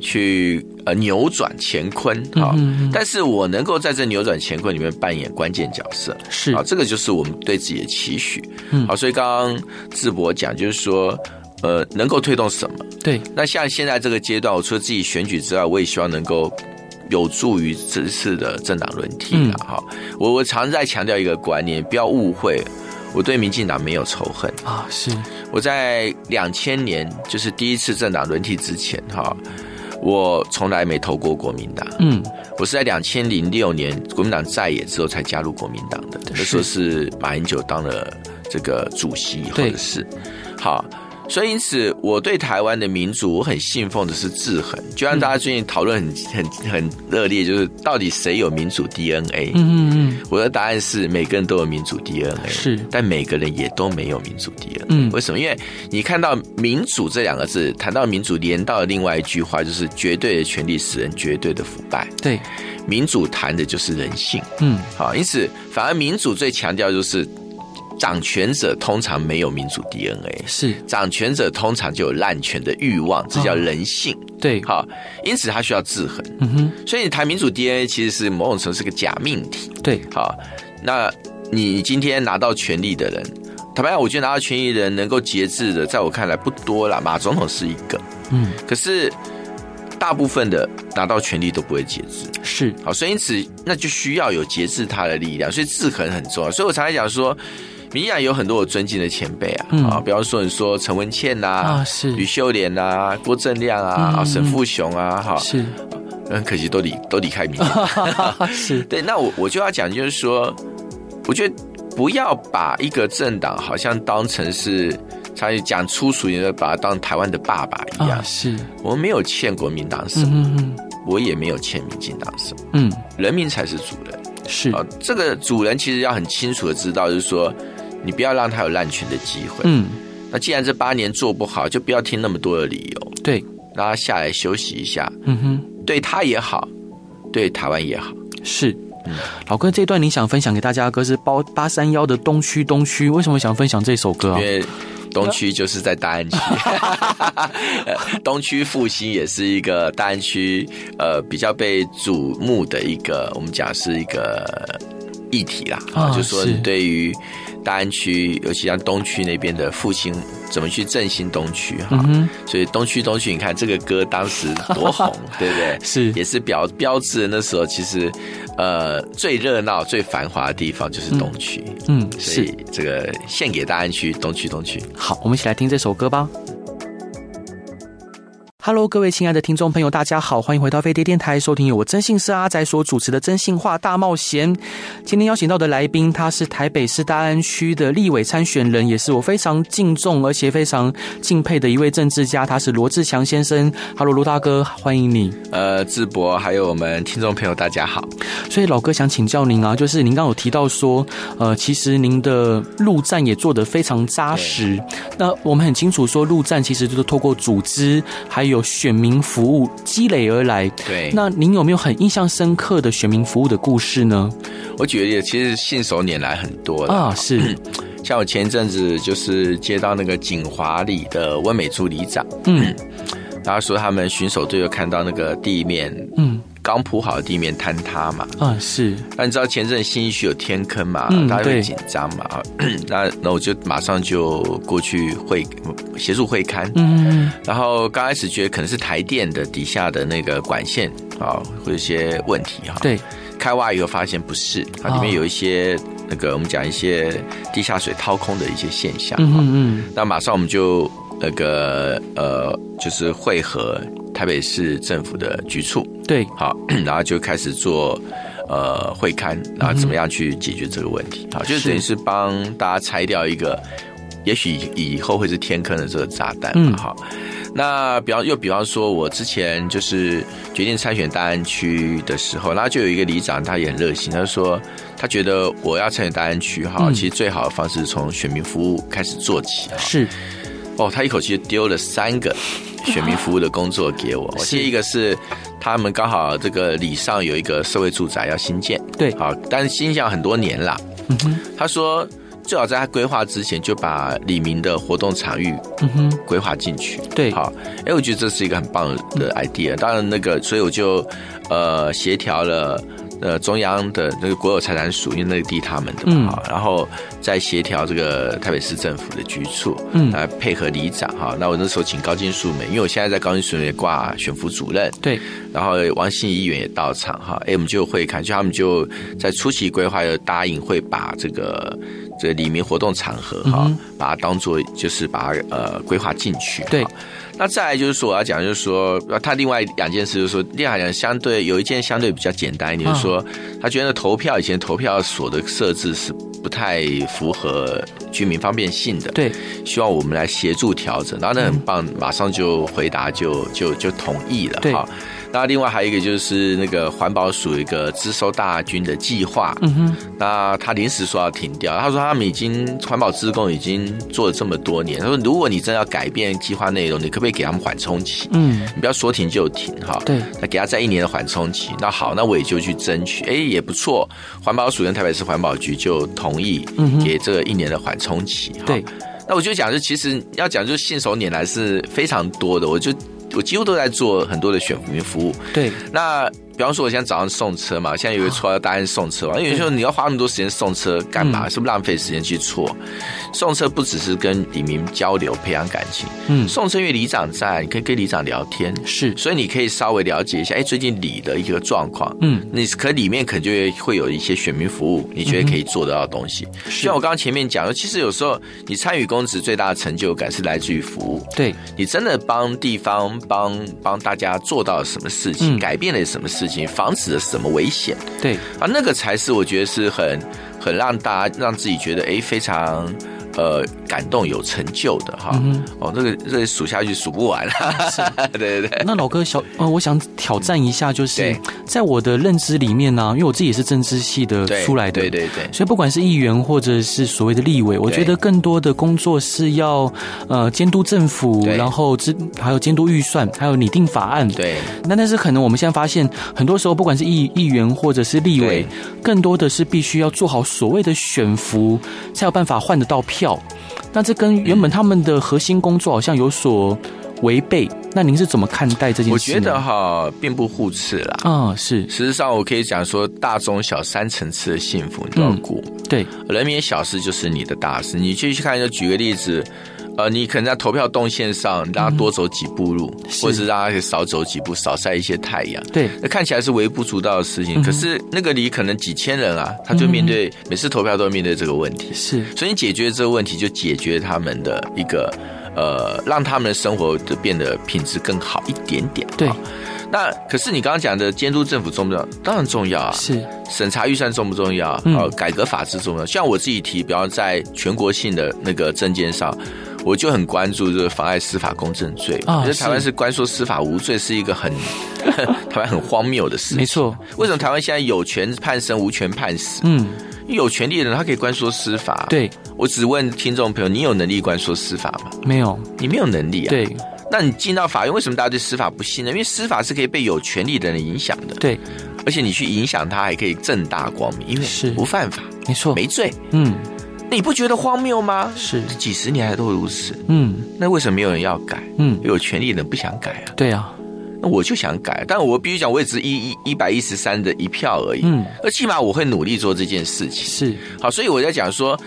Speaker 2: 去呃扭转乾坤
Speaker 1: 嗯
Speaker 2: 啊
Speaker 1: 嗯嗯，
Speaker 2: 但是我能够在这扭转乾坤里面扮演关键角色。
Speaker 1: 嗯是
Speaker 2: 啊，这个就是我们对自己的期许。
Speaker 1: 嗯
Speaker 2: 好，所以刚刚智博讲就是说，呃，能够推动什么？
Speaker 1: 对，
Speaker 2: 那像现在这个阶段，我除了自己选举之外，我也希望能够有助于这次的政党轮替
Speaker 1: 嗯
Speaker 2: 啊。哈、我我常在强调一个观念，不要误会，我对民进党没有仇恨。
Speaker 1: 啊是，
Speaker 2: 我在两千年就是第一次政党轮替之前，哈、我从来没投过国民党，
Speaker 1: 嗯
Speaker 2: 我是在两千零六年国民党在野之后才加入国民党的，那时候是马英九当了这个主席以后的事。好，所以因此我对台湾的民主，我很信奉的是制衡。就
Speaker 1: 嗯
Speaker 2: 像大家最近讨论很很很热烈，就是到底谁有民主 DNA？
Speaker 1: 嗯嗯
Speaker 2: 我的答案是每个人都有民主 DNA，
Speaker 1: 是
Speaker 2: 但每个人也都没有民主 DNA。
Speaker 1: 嗯
Speaker 2: 为什么？因为你看到“民主”这两个字，谈到民主，连到了另外一句话，就是绝对的权利使人绝对的腐败。
Speaker 1: 嗯，对，
Speaker 2: 民主谈的就是人性，
Speaker 1: 嗯
Speaker 2: 好，因此反而民主最强调就是掌权者通常没有民主 DNA。
Speaker 1: 是
Speaker 2: 掌权者通常就有滥权的欲望，这叫人性。
Speaker 1: 对，
Speaker 2: 好，因此他需要制衡。
Speaker 1: 嗯哼，
Speaker 2: 所以你谈民主 DNA 其实是某种程度是个假命题。
Speaker 1: 对，
Speaker 2: 好，那你今天拿到权力的人，坦白讲，我觉得拿到权力的人能够节制的，在我看来不多啦。马总统是一个，
Speaker 1: 嗯
Speaker 2: 可是大部分的拿到权力都不会节制。
Speaker 1: 是，
Speaker 2: 好，所以因此那就需要有节制他的力量，所以制衡很重要。所以我常常讲说，民进党有很多我尊敬的前辈啊，
Speaker 1: 嗯
Speaker 2: 啊，比方说你说陈文茜呐、
Speaker 1: 啊是
Speaker 2: 吕秀莲呐、郭正亮啊、
Speaker 1: 嗯
Speaker 2: 啊沈富雄啊，哈，
Speaker 1: 是， 啊
Speaker 2: 很可惜都离都离开民进党。
Speaker 1: 是，
Speaker 2: 对，那我我就要讲，就是说，我觉得不要把一个政党好像当成是，常常讲粗俗一点，把它当台湾的爸爸一样。
Speaker 1: 啊是，
Speaker 2: 我们没有欠国民党什么，
Speaker 1: 嗯嗯嗯
Speaker 2: 我也没有欠民进党什么，
Speaker 1: 嗯
Speaker 2: 人民才是主人。
Speaker 1: 是，
Speaker 2: 啊，这个主人其实要很清楚的知道，就是说，你不要让他有滥权的机会。
Speaker 1: 嗯
Speaker 2: 那既然这八年做不好，就不要听那么多的理由，
Speaker 1: 对，
Speaker 2: 让他下来休息一下，
Speaker 1: 嗯哼
Speaker 2: 对他也好，对台湾也好。
Speaker 1: 是。老哥，这段你想分享给大家的歌是包八三幺的《东区东区》，为什么想分享这首歌啊
Speaker 2: 因？为东区就是在 大安区，呃东区复兴也是一个大安区呃比较被瞩目的一个，我们讲是一个议题啦，
Speaker 1: 啊
Speaker 2: 啊，就说
Speaker 1: 是
Speaker 2: 你对于大安区，尤其像东区那边的复兴，怎么去振兴东区哈、
Speaker 1: 嗯哼，
Speaker 2: 所以东区东区，你看这个歌当时多 红，对不对？
Speaker 1: 是
Speaker 2: 也是表标志那时候其实，呃，最热闹、最繁华的地方就是东区。
Speaker 1: 嗯
Speaker 2: 所
Speaker 1: 是
Speaker 2: 以。这个献给大安区东区东区。
Speaker 1: 好，我们一起来听这首歌吧。Hello，各位亲爱的听众朋友，大家好，欢迎回到飞碟电台，收听由我真性是阿仔所主持的《真性话大冒险》。今天邀请到的来宾，他是台北市大安区的立委参选人，也是我非常敬重而且非常敬佩的一位政治家，他是罗志祥先生。Hello，罗大哥，欢迎你。
Speaker 2: 呃，智博还有我们听众朋友，大家好。
Speaker 1: 所以老哥想请教您啊，就是您刚刚有提到说，呃，其实您的陆战也做得非常扎实。那我们很清楚说，陆战其实就是透过组织还有选民服务积累而来。
Speaker 2: 对
Speaker 1: 那
Speaker 2: 那
Speaker 1: 您有没有很印象深刻的选民服务的故事呢？
Speaker 2: 我举个例子，其实信手拈来很多的
Speaker 1: 啊，是，
Speaker 2: 像我前一阵子就是接到那个锦华里的温美珠里长，
Speaker 1: 嗯
Speaker 2: 然后说他们巡守队又看到那个地面
Speaker 1: 嗯
Speaker 2: 刚铺好的地面坍塌嘛，
Speaker 1: 啊，是，
Speaker 2: 那你知道前阵子新一区有天坑嘛，
Speaker 1: 嗯
Speaker 2: 大家
Speaker 1: 对
Speaker 2: 会紧张嘛， 啊那那我就马上就过去会协助会勘，
Speaker 1: 嗯
Speaker 2: 然后刚开始觉得可能是台电的底下的那个管线啊，会有一些问题哈。，
Speaker 1: 对，
Speaker 2: 开挖以后发现不是，它
Speaker 1: 哦
Speaker 2: 里面有一些、那个我们讲一些地下水掏空的一些现象。
Speaker 1: 嗯嗯嗯，
Speaker 2: 那马上我们就那个呃，就是汇合台北市政府的局处，
Speaker 1: 嗯对，
Speaker 2: 好， 然后就开始做呃会刊，然后怎么样去解决这个问
Speaker 1: 嗯
Speaker 2: 题？好，就是等于是帮大家拆掉一个，也许以后会是天坑的这个炸弹
Speaker 1: 嗯
Speaker 2: 嘛。好，那比方又比方说，我之前就是决定参选大安区的时候，然后就有一个里长，他也很热心，他就说他觉得我要参选大安区哈，
Speaker 1: 嗯
Speaker 2: 其实最好的方式是从选民服务开始做起哈。
Speaker 1: 是，
Speaker 2: 哦，他一口气就丢了三 个选民服务的工作给我。我
Speaker 1: 是
Speaker 2: 记得一个是他们刚好这个里上有一个社会住宅要新建，
Speaker 1: 对
Speaker 2: 好，但是新建了很多年啦。
Speaker 1: 嗯哼，
Speaker 2: 他说最好在他规划之前就把李明的活动场域
Speaker 1: 嗯哼，
Speaker 2: 规划进去。
Speaker 1: 对，嗯
Speaker 2: 好，哎、我觉得这是一个很棒的 idea。当然，那个，所以我就呃协调了呃中央的那个国有财产署，因为那个地他们的
Speaker 1: 嗯
Speaker 2: 嘛，哈然后再协调这个台北市政府的局处，
Speaker 1: 嗯
Speaker 2: 来配合里长哈。那我那时候请高金素梅，因为我现在在高金素梅挂选服主任，
Speaker 1: 对，
Speaker 2: 然后王信议员也到场哈，哎，我们就会看，就他们就在初期规划就答应会把这个这个里面活动场合哈，
Speaker 1: 嗯哼
Speaker 2: 把它当做就是把它呃规划进去。
Speaker 1: 对
Speaker 2: 哈，那再来就是说我要讲就是说，呃他另外两件事就是说，另外两件相对有一件相对比较简单一
Speaker 1: 嗯
Speaker 2: 点，就是说他觉得投票以前投票所的设置是不太符合居民方便性的，
Speaker 1: 对，
Speaker 2: 希望我们来协助调整。然后那很棒，马上就回答就就就同意了
Speaker 1: 对
Speaker 2: 哈。那另外还有一个就是那个环保署有一个支收大军的计划，
Speaker 1: 嗯哼，
Speaker 2: 那他临时说要停掉，他说他们已经环保职工已经做了这么多年，他说如果你真的要改变计划内容，你可不可以给他们缓冲期？
Speaker 1: 嗯，
Speaker 2: 你不要说停就停哈。
Speaker 1: 对，
Speaker 2: 那给他再一年的缓冲期。那好，那我也就去争取，哎，也不错。环保署跟台北市环保局就同意
Speaker 1: 嗯哼
Speaker 2: 给这个一年的缓冲期。哈
Speaker 1: 对，
Speaker 2: 那我就讲，就其实要讲，就是信手拈来是非常多的。我就我几乎都在做很多的选民服务。
Speaker 1: 对，
Speaker 2: 那比方说，我现在早上送车嘛，现在有一个绰号答案送车嘛，因为有时候你要花那么多时间送车干嘛？是不是浪费时间去错？送车不只是跟李明交流、培养感情，
Speaker 1: 嗯，
Speaker 2: 送车因为里长在，你可以跟里长聊天，
Speaker 1: 是，
Speaker 2: 所以你可以稍微了解一下，哎，最近里的一个状况。
Speaker 1: 嗯，
Speaker 2: 你可里面可能就会有一些选民服务，你觉得可以做得到的东西。
Speaker 1: 嗯
Speaker 2: 就像我刚刚前面讲的，其实有时候你参与公职最大的成就感是来自于服务。
Speaker 1: 对，
Speaker 2: 你真的帮地方、帮帮大家做到了什么事情，
Speaker 1: 嗯
Speaker 2: 改变了什么事情，防止了什么危险
Speaker 1: 对，
Speaker 2: 啊？那个才是我觉得是很很让大家让自己觉得诶非常。呃，感动有成就的哈，
Speaker 1: 嗯
Speaker 2: 哦，那个这个数下去数不完 了，对对 对，
Speaker 1: 那老哥小，呃，我想挑战一下，就是
Speaker 2: 对
Speaker 1: 在我的认知里面呢、因为我自己也是政治系的
Speaker 2: 对
Speaker 1: 出来的，
Speaker 2: 对对对，
Speaker 1: 所以不管是议员或者是所谓的立委，我觉得更多的工作是要呃监督政府，
Speaker 2: 对
Speaker 1: 然后支还有监督预算，还有拟定法案。
Speaker 2: 对
Speaker 1: 那但是可能我们现在发现，很多时候不管是议议员或者是立委
Speaker 2: 对，
Speaker 1: 更多的是必须要做好所谓的选服，才有办法换得到票。那这跟原本他们的核心工作好像有所违背。那您是怎么看待这件
Speaker 2: 我
Speaker 1: 事
Speaker 2: 觉
Speaker 1: 呢？
Speaker 2: 得哈，并不互斥啦。
Speaker 1: 啊、是
Speaker 2: 事实上，我可以讲说，大中小三层次的幸福你都要
Speaker 1: 嗯
Speaker 2: 顾。
Speaker 1: 对，
Speaker 2: 人民的小事就是你的大事。你去看，就举个例子，呃，你可能在投票动线上，让他多走几步路，
Speaker 1: 嗯
Speaker 2: 或者是让他少走几步，少晒一些太阳。
Speaker 1: 对，
Speaker 2: 那看起来是微不足道的事
Speaker 1: 嗯
Speaker 2: 情，可是那个里可能几千人啊，他就面对、每次投票都要面对这个问题。
Speaker 1: 是，
Speaker 2: 所以你解决这个问题，就解决他们的一个呃，让他们的生活的变得品质更好一点点。
Speaker 1: 对
Speaker 2: 好那可是你刚刚讲的监督政府重不重要？当然重要啊。
Speaker 1: 是，
Speaker 2: 审查预算重不重要？
Speaker 1: 嗯
Speaker 2: 呃，改革法制重不重要？像我自己提，比方在全国性的那个证件上，我就很关注这个妨碍司法公正罪。
Speaker 1: 啊
Speaker 2: 我觉得台湾
Speaker 1: 是
Speaker 2: 是关说司法无罪是一个很 台湾很荒谬的事情。
Speaker 1: 没错，
Speaker 2: 为什么台湾现在有权判生，无权判死？
Speaker 1: 嗯，
Speaker 2: 因为有权利的人他可以关说司法。，
Speaker 1: 对，
Speaker 2: 我只问听众朋友，你有能力关说司法吗？
Speaker 1: 没有，
Speaker 2: 你没有能力啊。，
Speaker 1: 对
Speaker 2: 那你进到法院，为什么大家对司法不信任？因为司法是可以被有权利的人影响的。
Speaker 1: 对，
Speaker 2: 而且你去影响他，还可以正大光明，因为
Speaker 1: 是
Speaker 2: 不犯法、
Speaker 1: 没错，
Speaker 2: 没罪，
Speaker 1: 嗯，
Speaker 2: 你不觉得荒谬吗？
Speaker 1: 是，
Speaker 2: 几十年来都如此，
Speaker 1: 嗯
Speaker 2: 那为什么没有人要改？
Speaker 1: 嗯，
Speaker 2: 有权利的人不想改啊，
Speaker 1: 对啊，
Speaker 2: 那我就想改，啊但我必须讲，我也只一一一百一十三的一票而已，
Speaker 1: 嗯，
Speaker 2: 而起码我会努力做这件事情。
Speaker 1: 是，
Speaker 2: 好，所以我在讲说，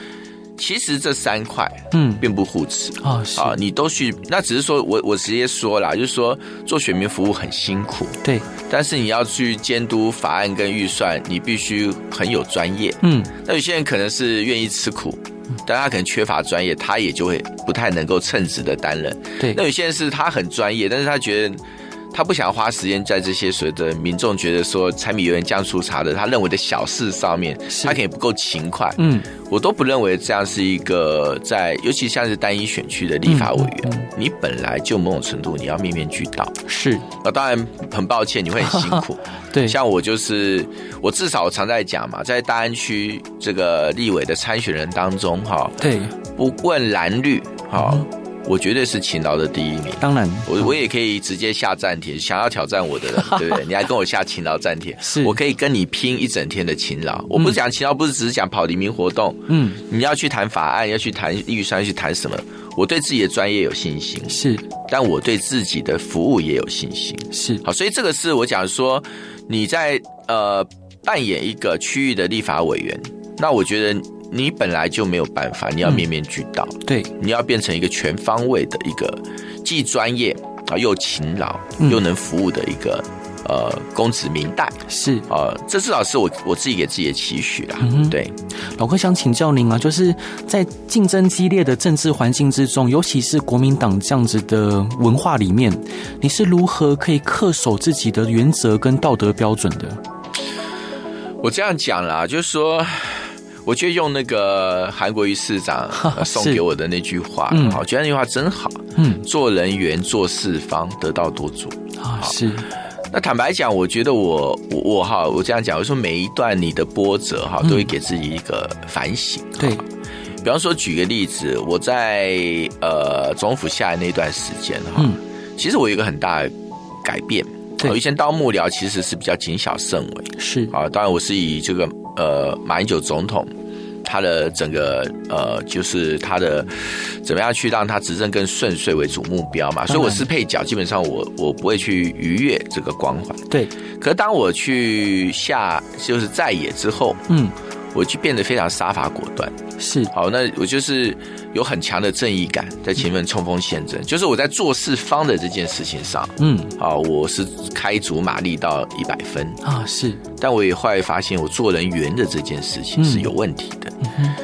Speaker 2: 其实这三块
Speaker 1: 嗯
Speaker 2: 并不互斥。
Speaker 1: 啊是，
Speaker 2: 啊，你都去，那只是说我我直接说啦，就是说做选民服务很辛苦，
Speaker 1: 对，
Speaker 2: 但是你要去监督法案跟预算，你必须很有专业。
Speaker 1: 嗯
Speaker 2: 那有些人可能是愿意吃苦，但他可能缺乏专业，他也就会不太能够称职的担任。
Speaker 1: 对
Speaker 2: 那，有些人是他很专业，但是他觉得。他不想花时间在这些所谓的民众觉得说柴米油盐酱醋茶的他认为的小事上面，
Speaker 1: 是
Speaker 2: 他可能不够勤快。
Speaker 1: 嗯
Speaker 2: 我都不认为这样是一个在，尤其像是单一选区的立法委员，
Speaker 1: 嗯嗯
Speaker 2: 你本来就某种程度你要面面俱到。
Speaker 1: 是，
Speaker 2: 那当然很抱歉，你会很辛苦。
Speaker 1: 对，
Speaker 2: 像我就是，我至少我常在讲嘛，在大安区这个立委的参选人当中，哈，
Speaker 1: 对，
Speaker 2: 不问蓝绿，哈，
Speaker 1: 嗯
Speaker 2: 我绝对是勤劳的第一名。
Speaker 1: 当然，
Speaker 2: 我我也可以直接下站帖，想要挑战我的人，对 不对？你还跟我下勤劳站帖，
Speaker 1: 是
Speaker 2: 我可以跟你拼一整天的勤劳。我不是讲勤劳，不是只是讲跑黎明活动，
Speaker 1: 嗯
Speaker 2: 你要去谈法案，要去谈预算，要去谈什么？我对自己的专业有信心，
Speaker 1: 是
Speaker 2: 但我对自己的服务也有信心。
Speaker 1: 是，
Speaker 2: 好，所以这个是我讲说你在呃扮演一个区域的立法委员，那我觉得你本来就没有办法，你要面面俱到，
Speaker 1: 对，
Speaker 2: 你要变成一个全方位的一个既专业啊又勤劳
Speaker 1: 嗯
Speaker 2: 又能服务的一个呃公职明代
Speaker 1: 是
Speaker 2: 啊、呃，这至少是我我自己给自己的期许啦。
Speaker 1: 嗯哼
Speaker 2: 对，
Speaker 1: 老哥想请教您啊，就是在竞争激烈的政治环境之中，尤其是国民党这样子的文化里面，你是如何可以恪守自己的原则跟道德标准的？
Speaker 2: 我这样讲啦，就是说。我觉得用那个韩国瑜市长呃送
Speaker 1: 是
Speaker 2: 给我的那句话
Speaker 1: 嗯，
Speaker 2: 好，我觉得那句话真好。
Speaker 1: 嗯
Speaker 2: 做人缘，做事方，得道多助。
Speaker 1: 啊，是
Speaker 2: 那坦白讲，我觉得我我我哈，我这样讲，我说每一段你的波折哈，
Speaker 1: 嗯
Speaker 2: 都会给自己一个反省。
Speaker 1: 对，
Speaker 2: 比方说，举个例子，我在呃总府下来那段时间哈，
Speaker 1: 嗯
Speaker 2: 其实我有一个很大的改变。
Speaker 1: 对
Speaker 2: 我以前当幕僚其实是比较谨小慎微
Speaker 1: 是
Speaker 2: 啊，当然我是以这个呃马英九总统他的整个呃就是他的怎么样去让他执政更顺遂为主目标嘛，所以我是配角，基本上我我不会去逾越这个光环。
Speaker 1: 对，
Speaker 2: 可是当我去下就是在野之后，
Speaker 1: 嗯
Speaker 2: 我就变得非常杀伐果断。
Speaker 1: 是
Speaker 2: 好，那我就是有很强的正义感，在前面冲锋陷阵，就是我在做事方的这件事情上，
Speaker 1: 嗯
Speaker 2: 啊，我是开足马力到一百分，
Speaker 1: 啊是
Speaker 2: 但我也后来发现，我做人缘的这件事情
Speaker 1: 嗯
Speaker 2: 是有问题的。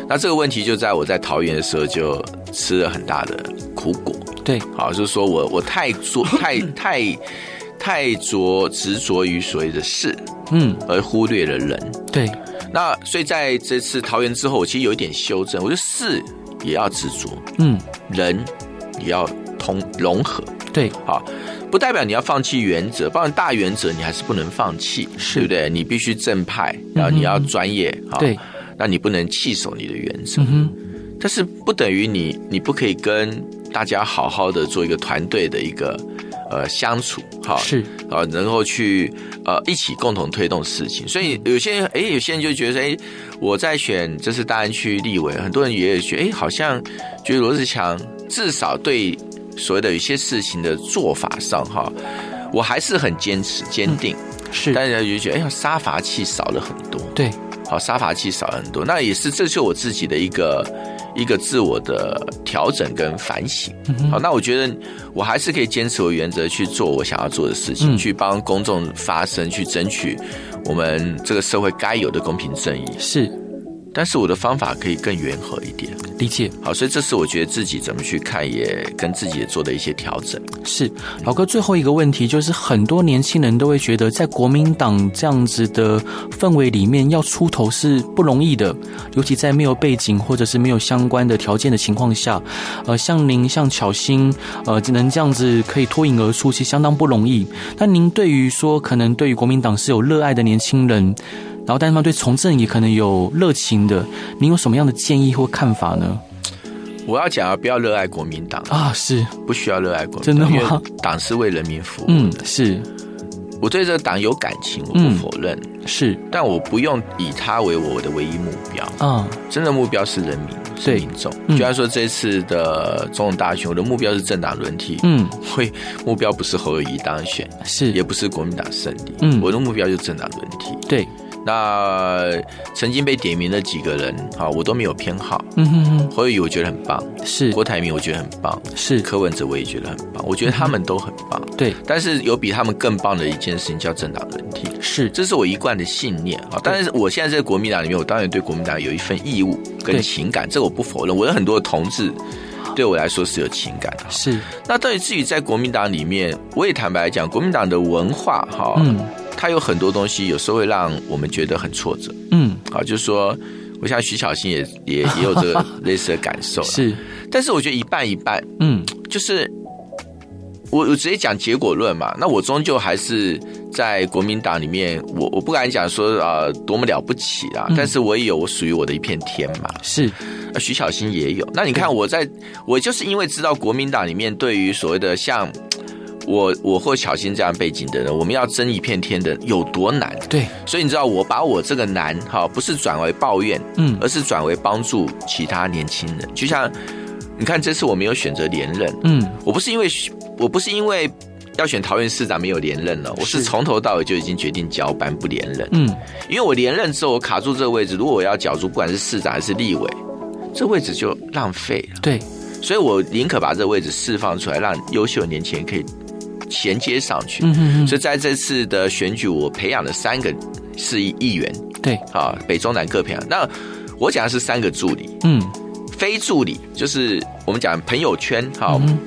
Speaker 2: 那这个问题就在我在桃园的时候就吃了很大的苦果，
Speaker 1: 对
Speaker 2: 好，就是说我我太 做太太太着执着于所谓的事，
Speaker 1: 嗯
Speaker 2: 而忽略了人。
Speaker 1: 对
Speaker 2: 那所以在这次桃园之后，我其实有一点修正，我觉得事也要执着，
Speaker 1: 嗯
Speaker 2: 人也要通融合。
Speaker 1: 对
Speaker 2: 好，不代表你要放弃原则，不然大原则你还是不能放弃，
Speaker 1: 是嗯
Speaker 2: 对不对？你必须正派，然后你要专业，好
Speaker 1: 对，
Speaker 2: 那你不能弃守你的原则，
Speaker 1: 嗯哼
Speaker 2: 但是不等于你你不可以跟大家好好的做一个团队的一个呃相处，好
Speaker 1: 是
Speaker 2: 啊，能够去呃一起共同推动事情。所以有些人，哎，有些人就觉得，哎，我在选这次大安区立委，很多人也有觉得，哎，好像觉得罗志强至少对所谓的有些事情的做法上，哈，我还是很坚持坚定，
Speaker 1: 是
Speaker 2: 但是也觉得，哎呀，杀伐气少了很多，
Speaker 1: 对
Speaker 2: 好，杀伐气少了很多。那也是，这是我自己的一个一个自我的调整跟反省。
Speaker 1: 嗯
Speaker 2: 好，那我觉得我还是可以坚持我原则去做我想要做的事情，
Speaker 1: 嗯
Speaker 2: 去帮公众发声，去争取我们这个社会该有的公平正义。
Speaker 1: 是
Speaker 2: 但是我的方法可以更圆和一点。
Speaker 1: 理解。
Speaker 2: 好，所以这是我觉得自己怎么去看，也跟自己做的一些调整。
Speaker 1: 是老哥，最后一个问题就是，很多年轻人都会觉得，在国民党这样子的氛围里面，要出头是不容易的，尤其在没有背景或者是没有相关的条件的情况下，呃，像您、像巧心，呃，能这样子可以脱颖而出，其实相当不容易。那您对于说，可能对于国民党是有热爱的年轻人，然后但他们对从政也可能有热情的，您有什么样的建议或看法呢？
Speaker 2: 我要讲啊，不要热爱国民党，
Speaker 1: 啊，是，
Speaker 2: 不需要热爱国民党，
Speaker 1: 真的吗
Speaker 2: 因为党是为人民服务。
Speaker 1: 嗯，是
Speaker 2: 我对这个党有感情，我不
Speaker 1: 嗯
Speaker 2: 否认。
Speaker 1: 是，
Speaker 2: 但我不用以他为我的唯一目标，
Speaker 1: 啊，
Speaker 2: 真的目标是人民，是
Speaker 1: 对
Speaker 2: 民众。
Speaker 1: 嗯
Speaker 2: 就像说这次的总统大选，我的目标是政党轮替，
Speaker 1: 嗯，
Speaker 2: 会目标不是侯友谊当选，
Speaker 1: 是，
Speaker 2: 也不是国民党胜利，
Speaker 1: 嗯
Speaker 2: 我的目标就是政党轮替。
Speaker 1: 对。
Speaker 2: 那曾经被点名的几个人，啊，我都没有偏好。
Speaker 1: 嗯哼哼，
Speaker 2: 侯友谊我觉得很棒，
Speaker 1: 是
Speaker 2: 郭台铭我觉得很棒，
Speaker 1: 是，
Speaker 2: 柯文哲我也觉得很棒，我觉得他们都很棒。
Speaker 1: 对，
Speaker 2: 但是有比他们更棒的一件事情叫政党轮替。
Speaker 1: 是
Speaker 2: 这是我一贯的信念啊。但是我现在在国民党里面，我当然对国民党有一份义务
Speaker 1: 对
Speaker 2: 跟情感，这个我不否认。我有很多同志，对我来说是有情感的。
Speaker 1: 是，
Speaker 2: 那对于自己在国民党里面，我也坦白讲，国民党的文化哈，
Speaker 1: 嗯
Speaker 2: 它有很多东西，有时候会让我们觉得很挫折
Speaker 1: 嗯，
Speaker 2: 啊。就是说，我像徐小新也也也有这 个类似的感受啦，
Speaker 1: 是，
Speaker 2: 但是我觉得一半一半，
Speaker 1: 嗯
Speaker 2: 就是我我直接讲结果论嘛，那我终究还是在国民党里面，我我不敢讲说呃多么了不起啊，但是我也有我属于我的一片天嘛。
Speaker 1: 是，
Speaker 2: 呃徐小新也有，那你看我在，我就是因为知道国民党里面对于所谓的像。我我或小新这样背景的人，我们要争一片天的有多难？
Speaker 1: 对，
Speaker 2: 所以你知道，我把我这个难哈，不是转为抱怨，
Speaker 1: 嗯
Speaker 2: 而是转为帮助其他年轻人。就像你看，这次我没有选择连任，
Speaker 1: 嗯
Speaker 2: 我不是因为我不是因为要选桃园市长没有连任了，我是
Speaker 1: 是
Speaker 2: 从头到尾就已经决定交班不连任，
Speaker 1: 嗯，
Speaker 2: 因为我连任之后我卡住这个位置，如果我要角逐，不管是市长还是立委，这位置就浪费了，
Speaker 1: 对，
Speaker 2: 所以我宁可把这个位置释放出来，让优秀的年轻人可以衔接上去。
Speaker 1: 嗯哼
Speaker 2: 所
Speaker 1: 哼，
Speaker 2: 以在这次的选举，我培养了三个市议议员
Speaker 1: 对，
Speaker 2: 啊，北中南各培养。那我讲的是三个助理，
Speaker 1: 嗯
Speaker 2: 非助理就是我们讲朋友圈哈，
Speaker 1: 嗯哼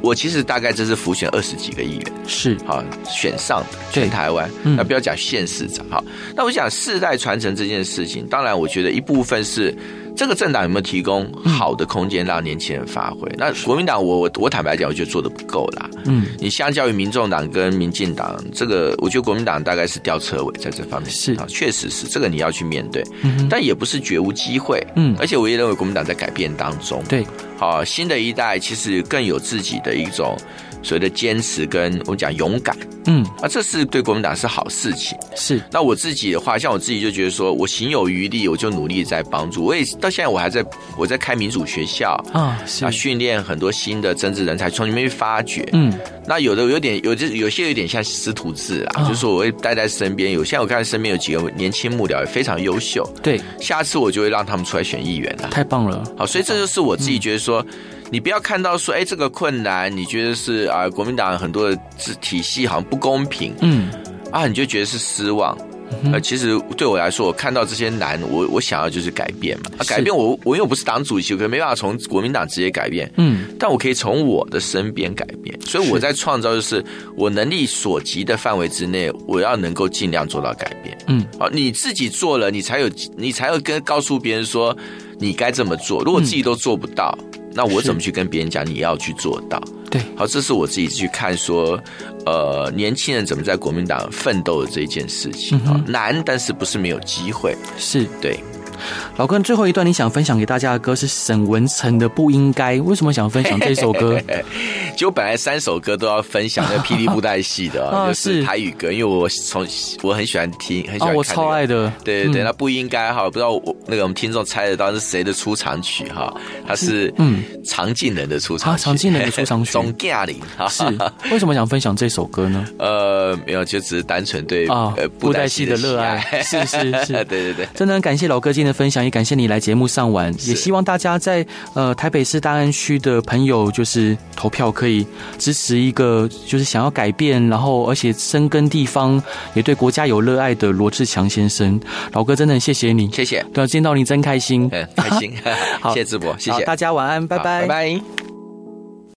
Speaker 2: 我其实大概这是浮选二十几个议员，
Speaker 1: 是
Speaker 2: 好选上的全台湾，
Speaker 1: 嗯
Speaker 2: 那不要讲县市长哈。那我想世代传承这件事情，当然我觉得一部分是这个政党有没有提供
Speaker 1: 嗯
Speaker 2: 好的空间让年轻人发挥。那国民党我我我坦白讲，我觉得做的不够啦。
Speaker 1: 嗯，
Speaker 2: 你相较于民众党跟民进党，这个我觉得国民党大概是掉车尾在这方面
Speaker 1: 是
Speaker 2: 啊，确实是这个你要去面对，
Speaker 1: 嗯哼
Speaker 2: 但也不是绝无机会。
Speaker 1: 嗯
Speaker 2: 而且我也认为国民党在改变当中，
Speaker 1: 对，
Speaker 2: 好、新的一代其实更有自己的一种所谓的坚持跟我们讲勇敢
Speaker 1: 嗯
Speaker 2: 啊，这是对国民党是好事情。
Speaker 1: 是
Speaker 2: 那我自己的话，像我自己就觉得说，我行有余力，我就努力在帮助。我也到现在我还在我在开民主学校。
Speaker 1: 啊是
Speaker 2: 啊，训练很多新的政治人才，从里面去发掘。
Speaker 1: 嗯
Speaker 2: 那有的有点，有的有些有点像师徒制啊，
Speaker 1: 啊
Speaker 2: 就是说我会待在身边。有现在我看身边有几个年轻幕僚也非常优秀，
Speaker 1: 对，
Speaker 2: 下次我就会让他们出来选议员啊了。
Speaker 1: 太棒了，
Speaker 2: 好，所以这就是我自己觉得
Speaker 1: 嗯
Speaker 2: 说，你不要看到说，哎，这个困难，你觉得是啊、国民党很多的制体系好像不公平
Speaker 1: 嗯
Speaker 2: 啊，你就觉得是失望。呃，其实对我来说，我看到这些难，我我想要就是改变嘛。啊、
Speaker 1: 是
Speaker 2: 改变我，我因为我不是党主席，我可能没办法从国民党直接改变，
Speaker 1: 嗯
Speaker 2: 但我可以从我的身边改变。所以我
Speaker 1: 是
Speaker 2: 在创造，就是我能力所及的范围之内，我要能够尽量做到改变。
Speaker 1: 嗯
Speaker 2: 啊，你自己做了，你才有，你才有跟告诉别人说你该这么做。如果自己都做不到，
Speaker 1: 嗯
Speaker 2: 那我
Speaker 1: 是
Speaker 2: 怎么去跟别人讲你要去做到？
Speaker 1: 对，
Speaker 2: 好，这是我自己去看说，呃，年轻人怎么在国民党奋斗的这一件事情
Speaker 1: 嗯
Speaker 2: 啊、
Speaker 1: 哼
Speaker 2: 难，但是不是没有机会？
Speaker 1: 是
Speaker 2: 对，
Speaker 1: 老哥，最后一段你想分享给大家的歌是沈文成的《不应该》，为什么想分享这首 歌？
Speaker 2: 就本来三首歌都要分享 那个霹雳布袋戏的、
Speaker 1: 啊
Speaker 2: 就是是台语歌，因为我从我很喜欢听，很喜
Speaker 1: 啊，
Speaker 2: 欢看、那个
Speaker 1: 我超爱的，
Speaker 2: 对对对，
Speaker 1: 嗯
Speaker 2: 那不应该哈，不知道我那个我们听众猜得到是谁的出场曲哈？他是
Speaker 1: 嗯
Speaker 2: 嗯常进人的出场
Speaker 1: 啊
Speaker 2: 曲，
Speaker 1: 常进人的 出场曲
Speaker 2: 总驾临哈，
Speaker 1: 是 为什么想分享这首歌呢？
Speaker 2: 呃没有，就只是单纯对
Speaker 1: 啊
Speaker 2: 呃，
Speaker 1: 布袋戏的热爱
Speaker 2: 喜，
Speaker 1: 是是 是。
Speaker 2: 对对对，
Speaker 1: 真的很感谢老哥今天的分享，也感谢你来节目上玩，也希望大家在呃台北市大安区的朋友，就是投票可以支持一个就是想要改变，然后而且深耕地方，也对国家有热爱的罗志强先生。老哥真的很谢谢你，
Speaker 2: 谢谢，
Speaker 1: 对啊，见到你真开心。
Speaker 2: 嗯，开心，
Speaker 1: 好
Speaker 2: 谢谢智博，谢
Speaker 1: 好
Speaker 2: 谢，
Speaker 1: 大家晚安，拜
Speaker 2: 好
Speaker 1: 拜
Speaker 2: 拜。拜。